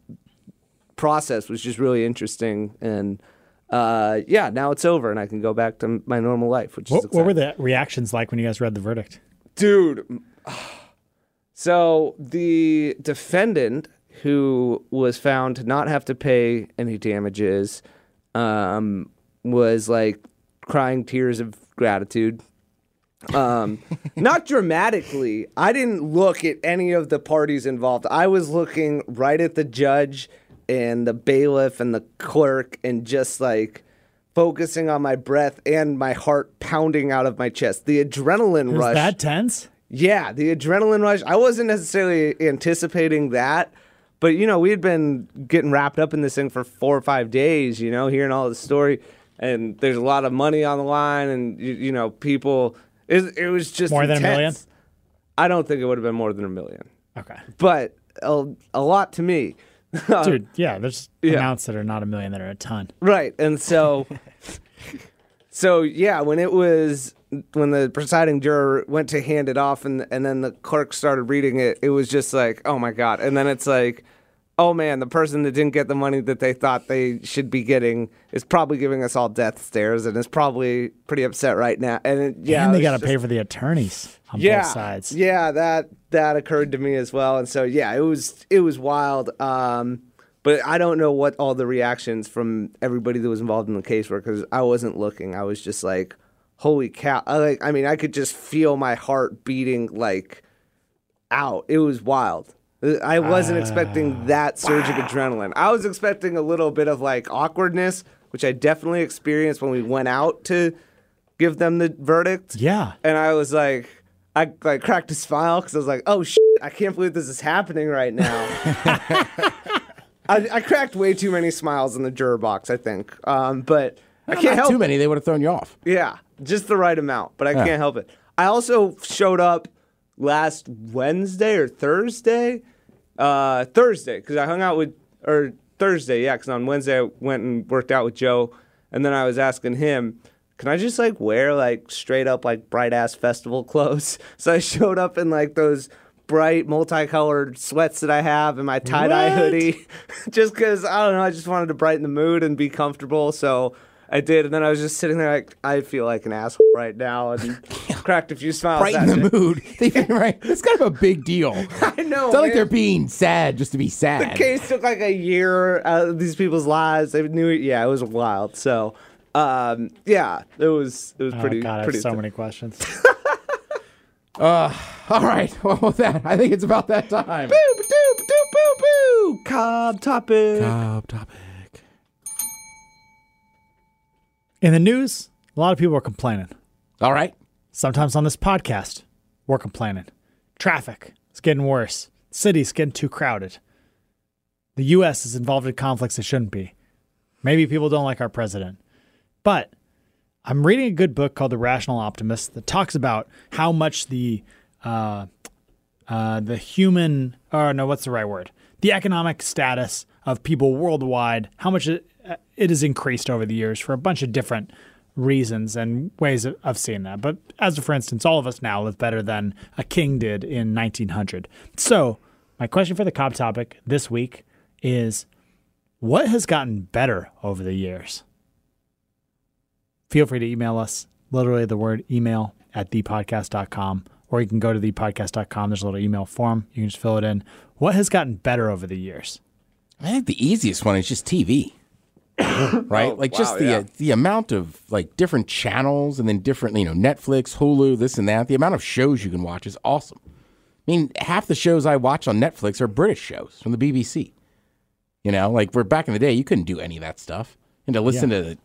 [SPEAKER 1] process was just really interesting and. Uh, yeah, now it's over and I can go back to m- my normal life, which is
[SPEAKER 3] What, what
[SPEAKER 1] exciting
[SPEAKER 3] were the reactions like when you guys read the verdict?
[SPEAKER 1] dude. [sighs] So the defendant who was found to not have to pay any damages um, was like crying tears of gratitude. Um, not dramatically. I didn't look at any of the parties involved. I was looking right at the judge and the bailiff and the clerk and just like focusing on my breath and my heart pounding out of my chest. The adrenaline
[SPEAKER 3] It
[SPEAKER 1] rush.
[SPEAKER 3] was that tense?
[SPEAKER 1] Yeah, the adrenaline rush. I wasn't necessarily anticipating that, but you know, we had been getting wrapped up in this thing for four or five days, you know, hearing all the story, and there's a lot of money on the line, and you, you know, people. It, it was just
[SPEAKER 3] More than a
[SPEAKER 1] intense.
[SPEAKER 3] million?
[SPEAKER 1] I don't think it would have been more than a million,
[SPEAKER 3] Okay.
[SPEAKER 1] but a, a lot to me.
[SPEAKER 3] Dude, yeah, there's
[SPEAKER 1] Uh, yeah.
[SPEAKER 3] amounts that are not a million that are a ton.
[SPEAKER 1] Right. And
[SPEAKER 3] [laughs]
[SPEAKER 1] so so yeah, when it was when the presiding juror went to hand it off and and then the clerk started reading it, it was just like, "Oh my god." And then it's like, "Oh man, the person that didn't get the money that they thought they should be getting is probably giving us all death stares and is probably pretty upset right now." And it, yeah,
[SPEAKER 3] and
[SPEAKER 1] it
[SPEAKER 3] they
[SPEAKER 1] was
[SPEAKER 3] got to
[SPEAKER 1] just-
[SPEAKER 3] pay for the attorneys on both sides.
[SPEAKER 1] yeah, that that occurred to me as well, and so yeah, it was it was wild. Um, but I don't know what all the reactions from everybody that was involved in the case were because I wasn't looking. I was just like, "Holy cow!" I, like, I mean, I could just feel my heart beating like out. It was wild. I wasn't
[SPEAKER 3] Ah.
[SPEAKER 1] expecting that surge of adrenaline. I was expecting a little bit of like awkwardness, which I definitely experienced when we went out to give them the verdict
[SPEAKER 3] Yeah.
[SPEAKER 1] and I was like, I like cracked a smile because I was like, oh shit, I can't believe this is happening right
[SPEAKER 2] [laughs]
[SPEAKER 1] now. I, I cracked way too many smiles in the juror box, I think. Um, but I can't
[SPEAKER 2] Not
[SPEAKER 1] help
[SPEAKER 2] too
[SPEAKER 1] it.
[SPEAKER 2] many. They would have thrown you off.
[SPEAKER 1] Yeah, just the right amount, but I can't help it. I also showed up last Wednesday or Thursday, uh, Thursday, because I hung out with or Thursday, yeah, because on Wednesday I went and worked out with Joe, and then I was asking him, can I just like wear like straight up like bright ass festival [laughs] clothes? So I showed up in like those. Bright multicolored sweats that I have and my tie dye
[SPEAKER 3] What?
[SPEAKER 1] hoodie, [laughs] just because I don't know, I just wanted to brighten the mood and be comfortable. So I did, and then I was just sitting there like I feel like an asshole right now, and [laughs] cracked a few smiles.
[SPEAKER 2] Brighten
[SPEAKER 1] at [laughs]
[SPEAKER 2] the
[SPEAKER 1] it.
[SPEAKER 2] mood. [laughs] They right. It's kind of a
[SPEAKER 1] [laughs]
[SPEAKER 2] big deal. I
[SPEAKER 1] know,
[SPEAKER 2] It's not like
[SPEAKER 1] man.
[SPEAKER 2] they're being sad just to be sad.
[SPEAKER 1] The case took like a year out of these people's lives. They knew, it. yeah, it was wild. So, um, yeah, it was it was
[SPEAKER 3] Oh,
[SPEAKER 1] pretty
[SPEAKER 3] God, I have
[SPEAKER 1] pretty.
[SPEAKER 3] so
[SPEAKER 1] th-
[SPEAKER 3] many questions.
[SPEAKER 2] All right. [laughs] Well, with that, I think it's about that time.
[SPEAKER 1] Boop doop doop boo boo. Cobb topic.
[SPEAKER 2] Top topic.
[SPEAKER 3] In the news, a lot of people are complaining.
[SPEAKER 2] All right.
[SPEAKER 3] Sometimes on this podcast, we're complaining. Traffic is getting worse. Cities getting too crowded. The U.S. is involved in conflicts it shouldn't be. Maybe people don't like our president. But I'm reading a good book called The Rational Optimist that talks about how much the uh, uh, the human, or no, what's the right word? The economic status of people worldwide, how much it, uh, it has increased over the years for a bunch of different reasons and ways of, of seeing that. But as for instance, all of us now live better than a king did in 1900. So, my question for the cop topic this week is what has gotten better over the years? Feel free to email us, literally the word email at thepodcast.com, or you can go to thepodcast.com. There's a little email form. You can just fill it in. What has gotten better over the years?
[SPEAKER 2] I think the easiest one is just TV. [coughs] right? like just the uh, the amount of like different channels and then different, you know, Netflix, Hulu, this and that. The amount of shows you can watch is awesome. I mean, half the shows I watch on Netflix are British shows from the BBC. You know, like where back in the day you couldn't do any of that stuff. And to listen to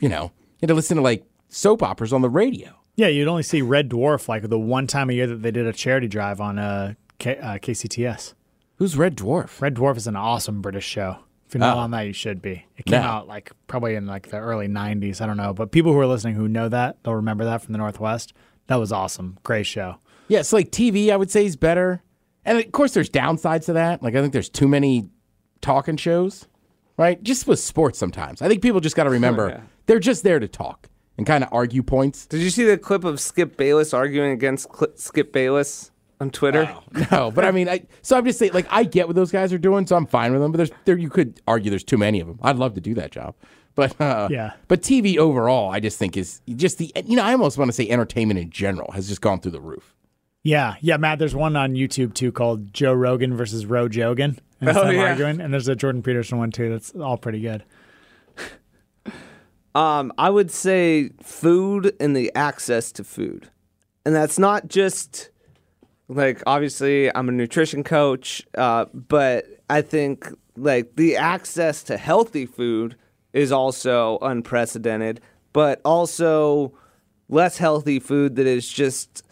[SPEAKER 2] you know, and to listen to like soap operas on the radio.
[SPEAKER 3] Yeah, you'd only see Red Dwarf like the one time a year that they did a charity drive on uh, K- uh, KCTS.
[SPEAKER 2] Who's Red Dwarf?
[SPEAKER 3] Red Dwarf is an awesome British show. If you're not
[SPEAKER 1] Ah.
[SPEAKER 2] Oh.
[SPEAKER 3] on that, you should be. It came
[SPEAKER 2] No.
[SPEAKER 3] out like probably in like the early '90s. I don't know, but people who are listening who know that they'll remember that from the Northwest. That was awesome. Great show.
[SPEAKER 2] Yeah, it's like TV, I would say, is better. And of course, there's downsides to that. Like, I think there's too many talking shows, right? Just with sports sometimes. I think people just got to remember they're just there to talk and kind of argue points.
[SPEAKER 1] Did you see the clip of Skip Bayless arguing against Cl- Skip Bayless on Twitter?
[SPEAKER 2] No, but I mean, I, so I'm just saying, like, I get what those guys are doing, so I'm fine with them. But there's, there, you could argue there's too many of them. I'd love to do that job, but uh,
[SPEAKER 3] Yeah.
[SPEAKER 2] But TV overall, I just think is just the, you know, I almost want to say entertainment in general has just gone through the roof.
[SPEAKER 3] Yeah, yeah, Matt. There's one on YouTube too called Joe Rogan versus Roe Jogan, and it's
[SPEAKER 1] Oh,
[SPEAKER 3] them
[SPEAKER 1] yeah.
[SPEAKER 3] arguing. And there's a Jordan Peterson one too. That's all pretty good.
[SPEAKER 1] Um, I would say food and the access to food. And that's not just like obviously I'm a nutrition coach, uh, but I think like the access to healthy food is also unprecedented, but also less healthy food that is just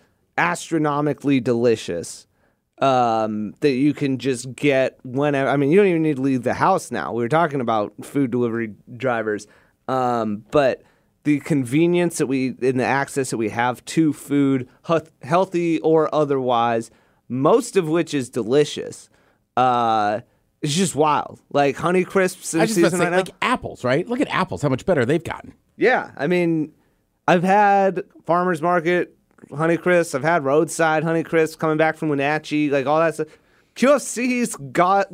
[SPEAKER 1] astronomically delicious um, that you can just get whenever. I mean, you don't even need to leave the house now. We were talking about food delivery drivers, um, but the convenience that we and the access that we have to food, health, healthy or otherwise, most of which is delicious. Uh, it's just wild, like Honey Crisps in
[SPEAKER 2] I just about to
[SPEAKER 1] season
[SPEAKER 2] say,
[SPEAKER 1] right now.
[SPEAKER 2] like apples, right? Look at apples, how much better they've gotten.
[SPEAKER 1] Yeah, I mean, I've had farmers market Honeycrisp. I've had roadside Honeycrisp coming back from Wenatchee, like all that stuff. QFC's got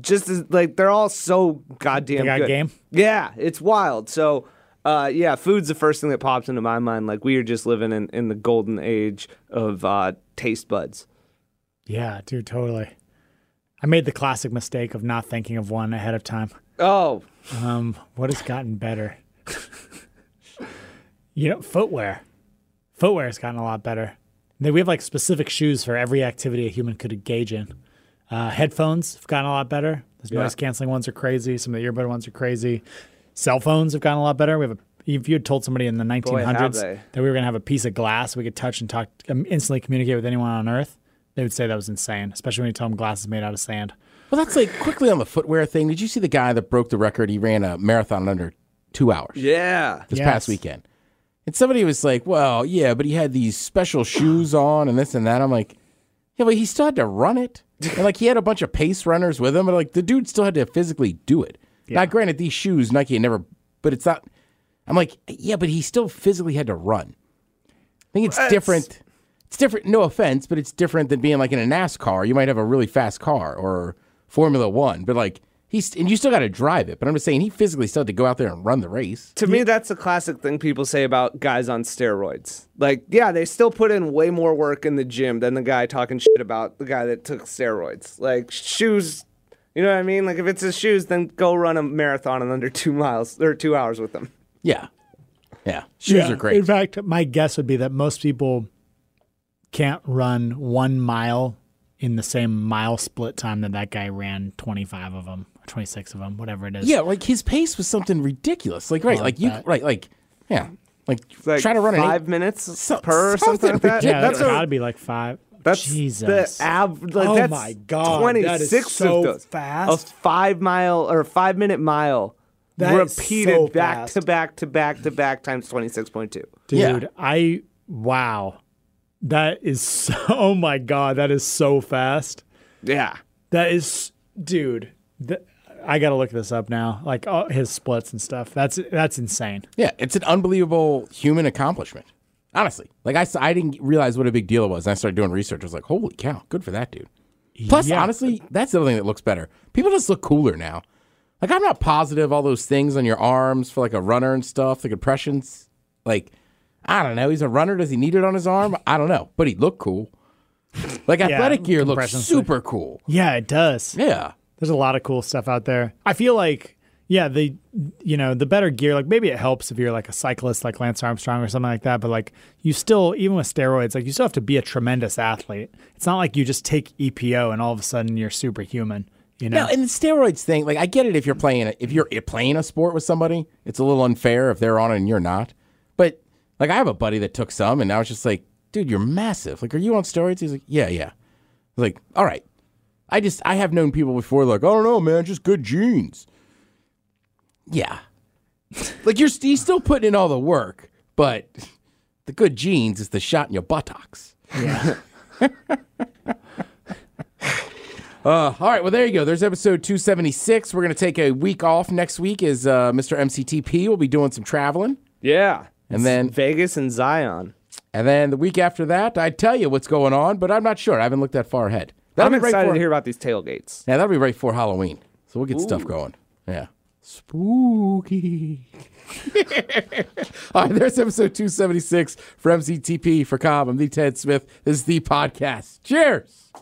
[SPEAKER 1] just as like they're all so goddamn
[SPEAKER 3] They got
[SPEAKER 1] good.
[SPEAKER 3] game?
[SPEAKER 1] Yeah, it's wild. So, uh, yeah, food's the first thing that pops into my mind. Like we are just living in, in the golden age of uh, taste buds.
[SPEAKER 3] Yeah, dude, totally. I made the classic mistake of not thinking of one ahead of time.
[SPEAKER 1] Oh,
[SPEAKER 3] Um, what has gotten better? you know, footwear. Footwear has gotten a lot better. Then we have like specific shoes for every activity a human could engage in. Uh, headphones have gotten a lot better. Those noise canceling ones are crazy. Some of the earbud ones are crazy. Cell phones have gotten a lot better. We have a if you had told somebody in the 1900s
[SPEAKER 1] they.
[SPEAKER 3] that we were going to have a piece of glass we could touch and talk, um, instantly communicate with anyone on Earth, they would say that was insane. Especially when you tell them glass is made out of sand.
[SPEAKER 2] Well, that's like quickly on the footwear thing. Did you see the guy that broke the record? He ran a marathon in under two hours
[SPEAKER 1] yeah.
[SPEAKER 2] this
[SPEAKER 3] Yes.
[SPEAKER 2] past weekend. And somebody was like, well, yeah, but he had these special shoes on and this and that. I'm like, yeah, but he still had to run it. And like, he had a bunch of pace runners with him. And like, the dude still had to physically do it. Now, granted, these shoes, Nike had never, but it's not, I'm like, yeah, but he still physically had to run. I think it's different. It's different. No offense, but it's different than being like in a NASCAR. You might have a really fast car or Formula One, but like, he's, and you still got to drive it. But I'm just saying, he physically still had to go out there and run the race.
[SPEAKER 1] To me, that's a classic thing people say about guys on steroids. Like, yeah, they still put in way more work in the gym than the guy talking shit about the guy that took steroids. Like, shoes, you know what I mean? Like, if it's his shoes, then go run a marathon in under two miles or two hours with them.
[SPEAKER 2] Yeah. Yeah. Shoes
[SPEAKER 3] Yeah.
[SPEAKER 2] are great.
[SPEAKER 3] In fact, my guess would be that most people can't run one mile in the same mile split time that that guy ran 25 of them, or 26 of them, whatever it is.
[SPEAKER 2] yeah, like his pace was something ridiculous. Like right, like you
[SPEAKER 3] bet.
[SPEAKER 2] right, like yeah. Like,
[SPEAKER 1] It's like
[SPEAKER 2] try to run an
[SPEAKER 1] five
[SPEAKER 2] eight-
[SPEAKER 1] minutes
[SPEAKER 2] So-
[SPEAKER 1] per or something like that.
[SPEAKER 2] something
[SPEAKER 3] Yeah, that's
[SPEAKER 1] that's
[SPEAKER 3] got to
[SPEAKER 1] a,
[SPEAKER 3] be like five.
[SPEAKER 1] that's
[SPEAKER 3] Jesus.
[SPEAKER 1] the average. Like,
[SPEAKER 3] Oh
[SPEAKER 1] that's
[SPEAKER 3] my God, that is
[SPEAKER 1] 26
[SPEAKER 3] so
[SPEAKER 1] of those.
[SPEAKER 3] fast.
[SPEAKER 1] A five mile or five minute mile.
[SPEAKER 3] That is
[SPEAKER 1] repeated
[SPEAKER 3] so
[SPEAKER 1] back
[SPEAKER 3] fast.
[SPEAKER 1] to back to back to back times 26.2.
[SPEAKER 2] Yeah.
[SPEAKER 3] Dude, I, wow. That is [laughs] so, oh my God, that is so fast.
[SPEAKER 1] Yeah.
[SPEAKER 3] That is, dude, th- I got to look this up now. Like all his splits and stuff. That's, that's insane.
[SPEAKER 2] Yeah, it's an unbelievable human accomplishment. Honestly, like I, s- I didn't realize what a big deal it was. And I started doing research. I was like, holy cow, good for that dude. Plus,
[SPEAKER 3] Yeah.
[SPEAKER 2] honestly, that's the other thing that looks better. People just look cooler now. Like I'm not positive all those things on your arms for like a runner and stuff, the compressions. Like I don't know. He's a runner. Does he need it on his arm? I don't know. But he looked cool. Like athletic gear looks
[SPEAKER 3] compressions.
[SPEAKER 2] super cool.
[SPEAKER 3] Yeah, it does.
[SPEAKER 2] Yeah.
[SPEAKER 3] There's a lot of cool stuff out there. I feel like, yeah, the you know the better gear. Like maybe it helps if you're like a cyclist, like Lance Armstrong or something like that. But like you still, even with steroids, like you still have to be a tremendous athlete. It's not like you just take EPO and all of a sudden you're superhuman. You know,
[SPEAKER 2] No, and the steroids thing, like I get it if you're playing if you're playing a sport with somebody, it's a little unfair if they're on it and you're not. But like I have a buddy that took some and I was just like, dude, you're massive. Like, are you on steroids? He's like, Yeah, yeah. I was like, all right. I just I have known people before like, I don't know, man, just good genes.
[SPEAKER 3] [laughs]
[SPEAKER 2] Yeah. like you're st- he's still putting in all the work, but the good genes is the shot in your buttocks. Uh, all right, well there you go. There's episode 276. We're gonna take a week off next week. Is uh, Mr. MCTP will be doing some traveling,
[SPEAKER 1] Yeah.
[SPEAKER 2] and then
[SPEAKER 1] Vegas and Zion.
[SPEAKER 2] and then the week after that, I tell you what's going on, but I'm not sure. I haven't looked that far ahead. That'll
[SPEAKER 1] I'm
[SPEAKER 2] be right
[SPEAKER 1] excited
[SPEAKER 2] for-
[SPEAKER 1] to hear about these tailgates.
[SPEAKER 2] Yeah, that'll be right for Halloween. So we'll get stuff going. Yeah. Spooky. [laughs] All right, there's episode 276 for MCTP. For Cobb, I'm the Ted Smith. This is the podcast. Cheers.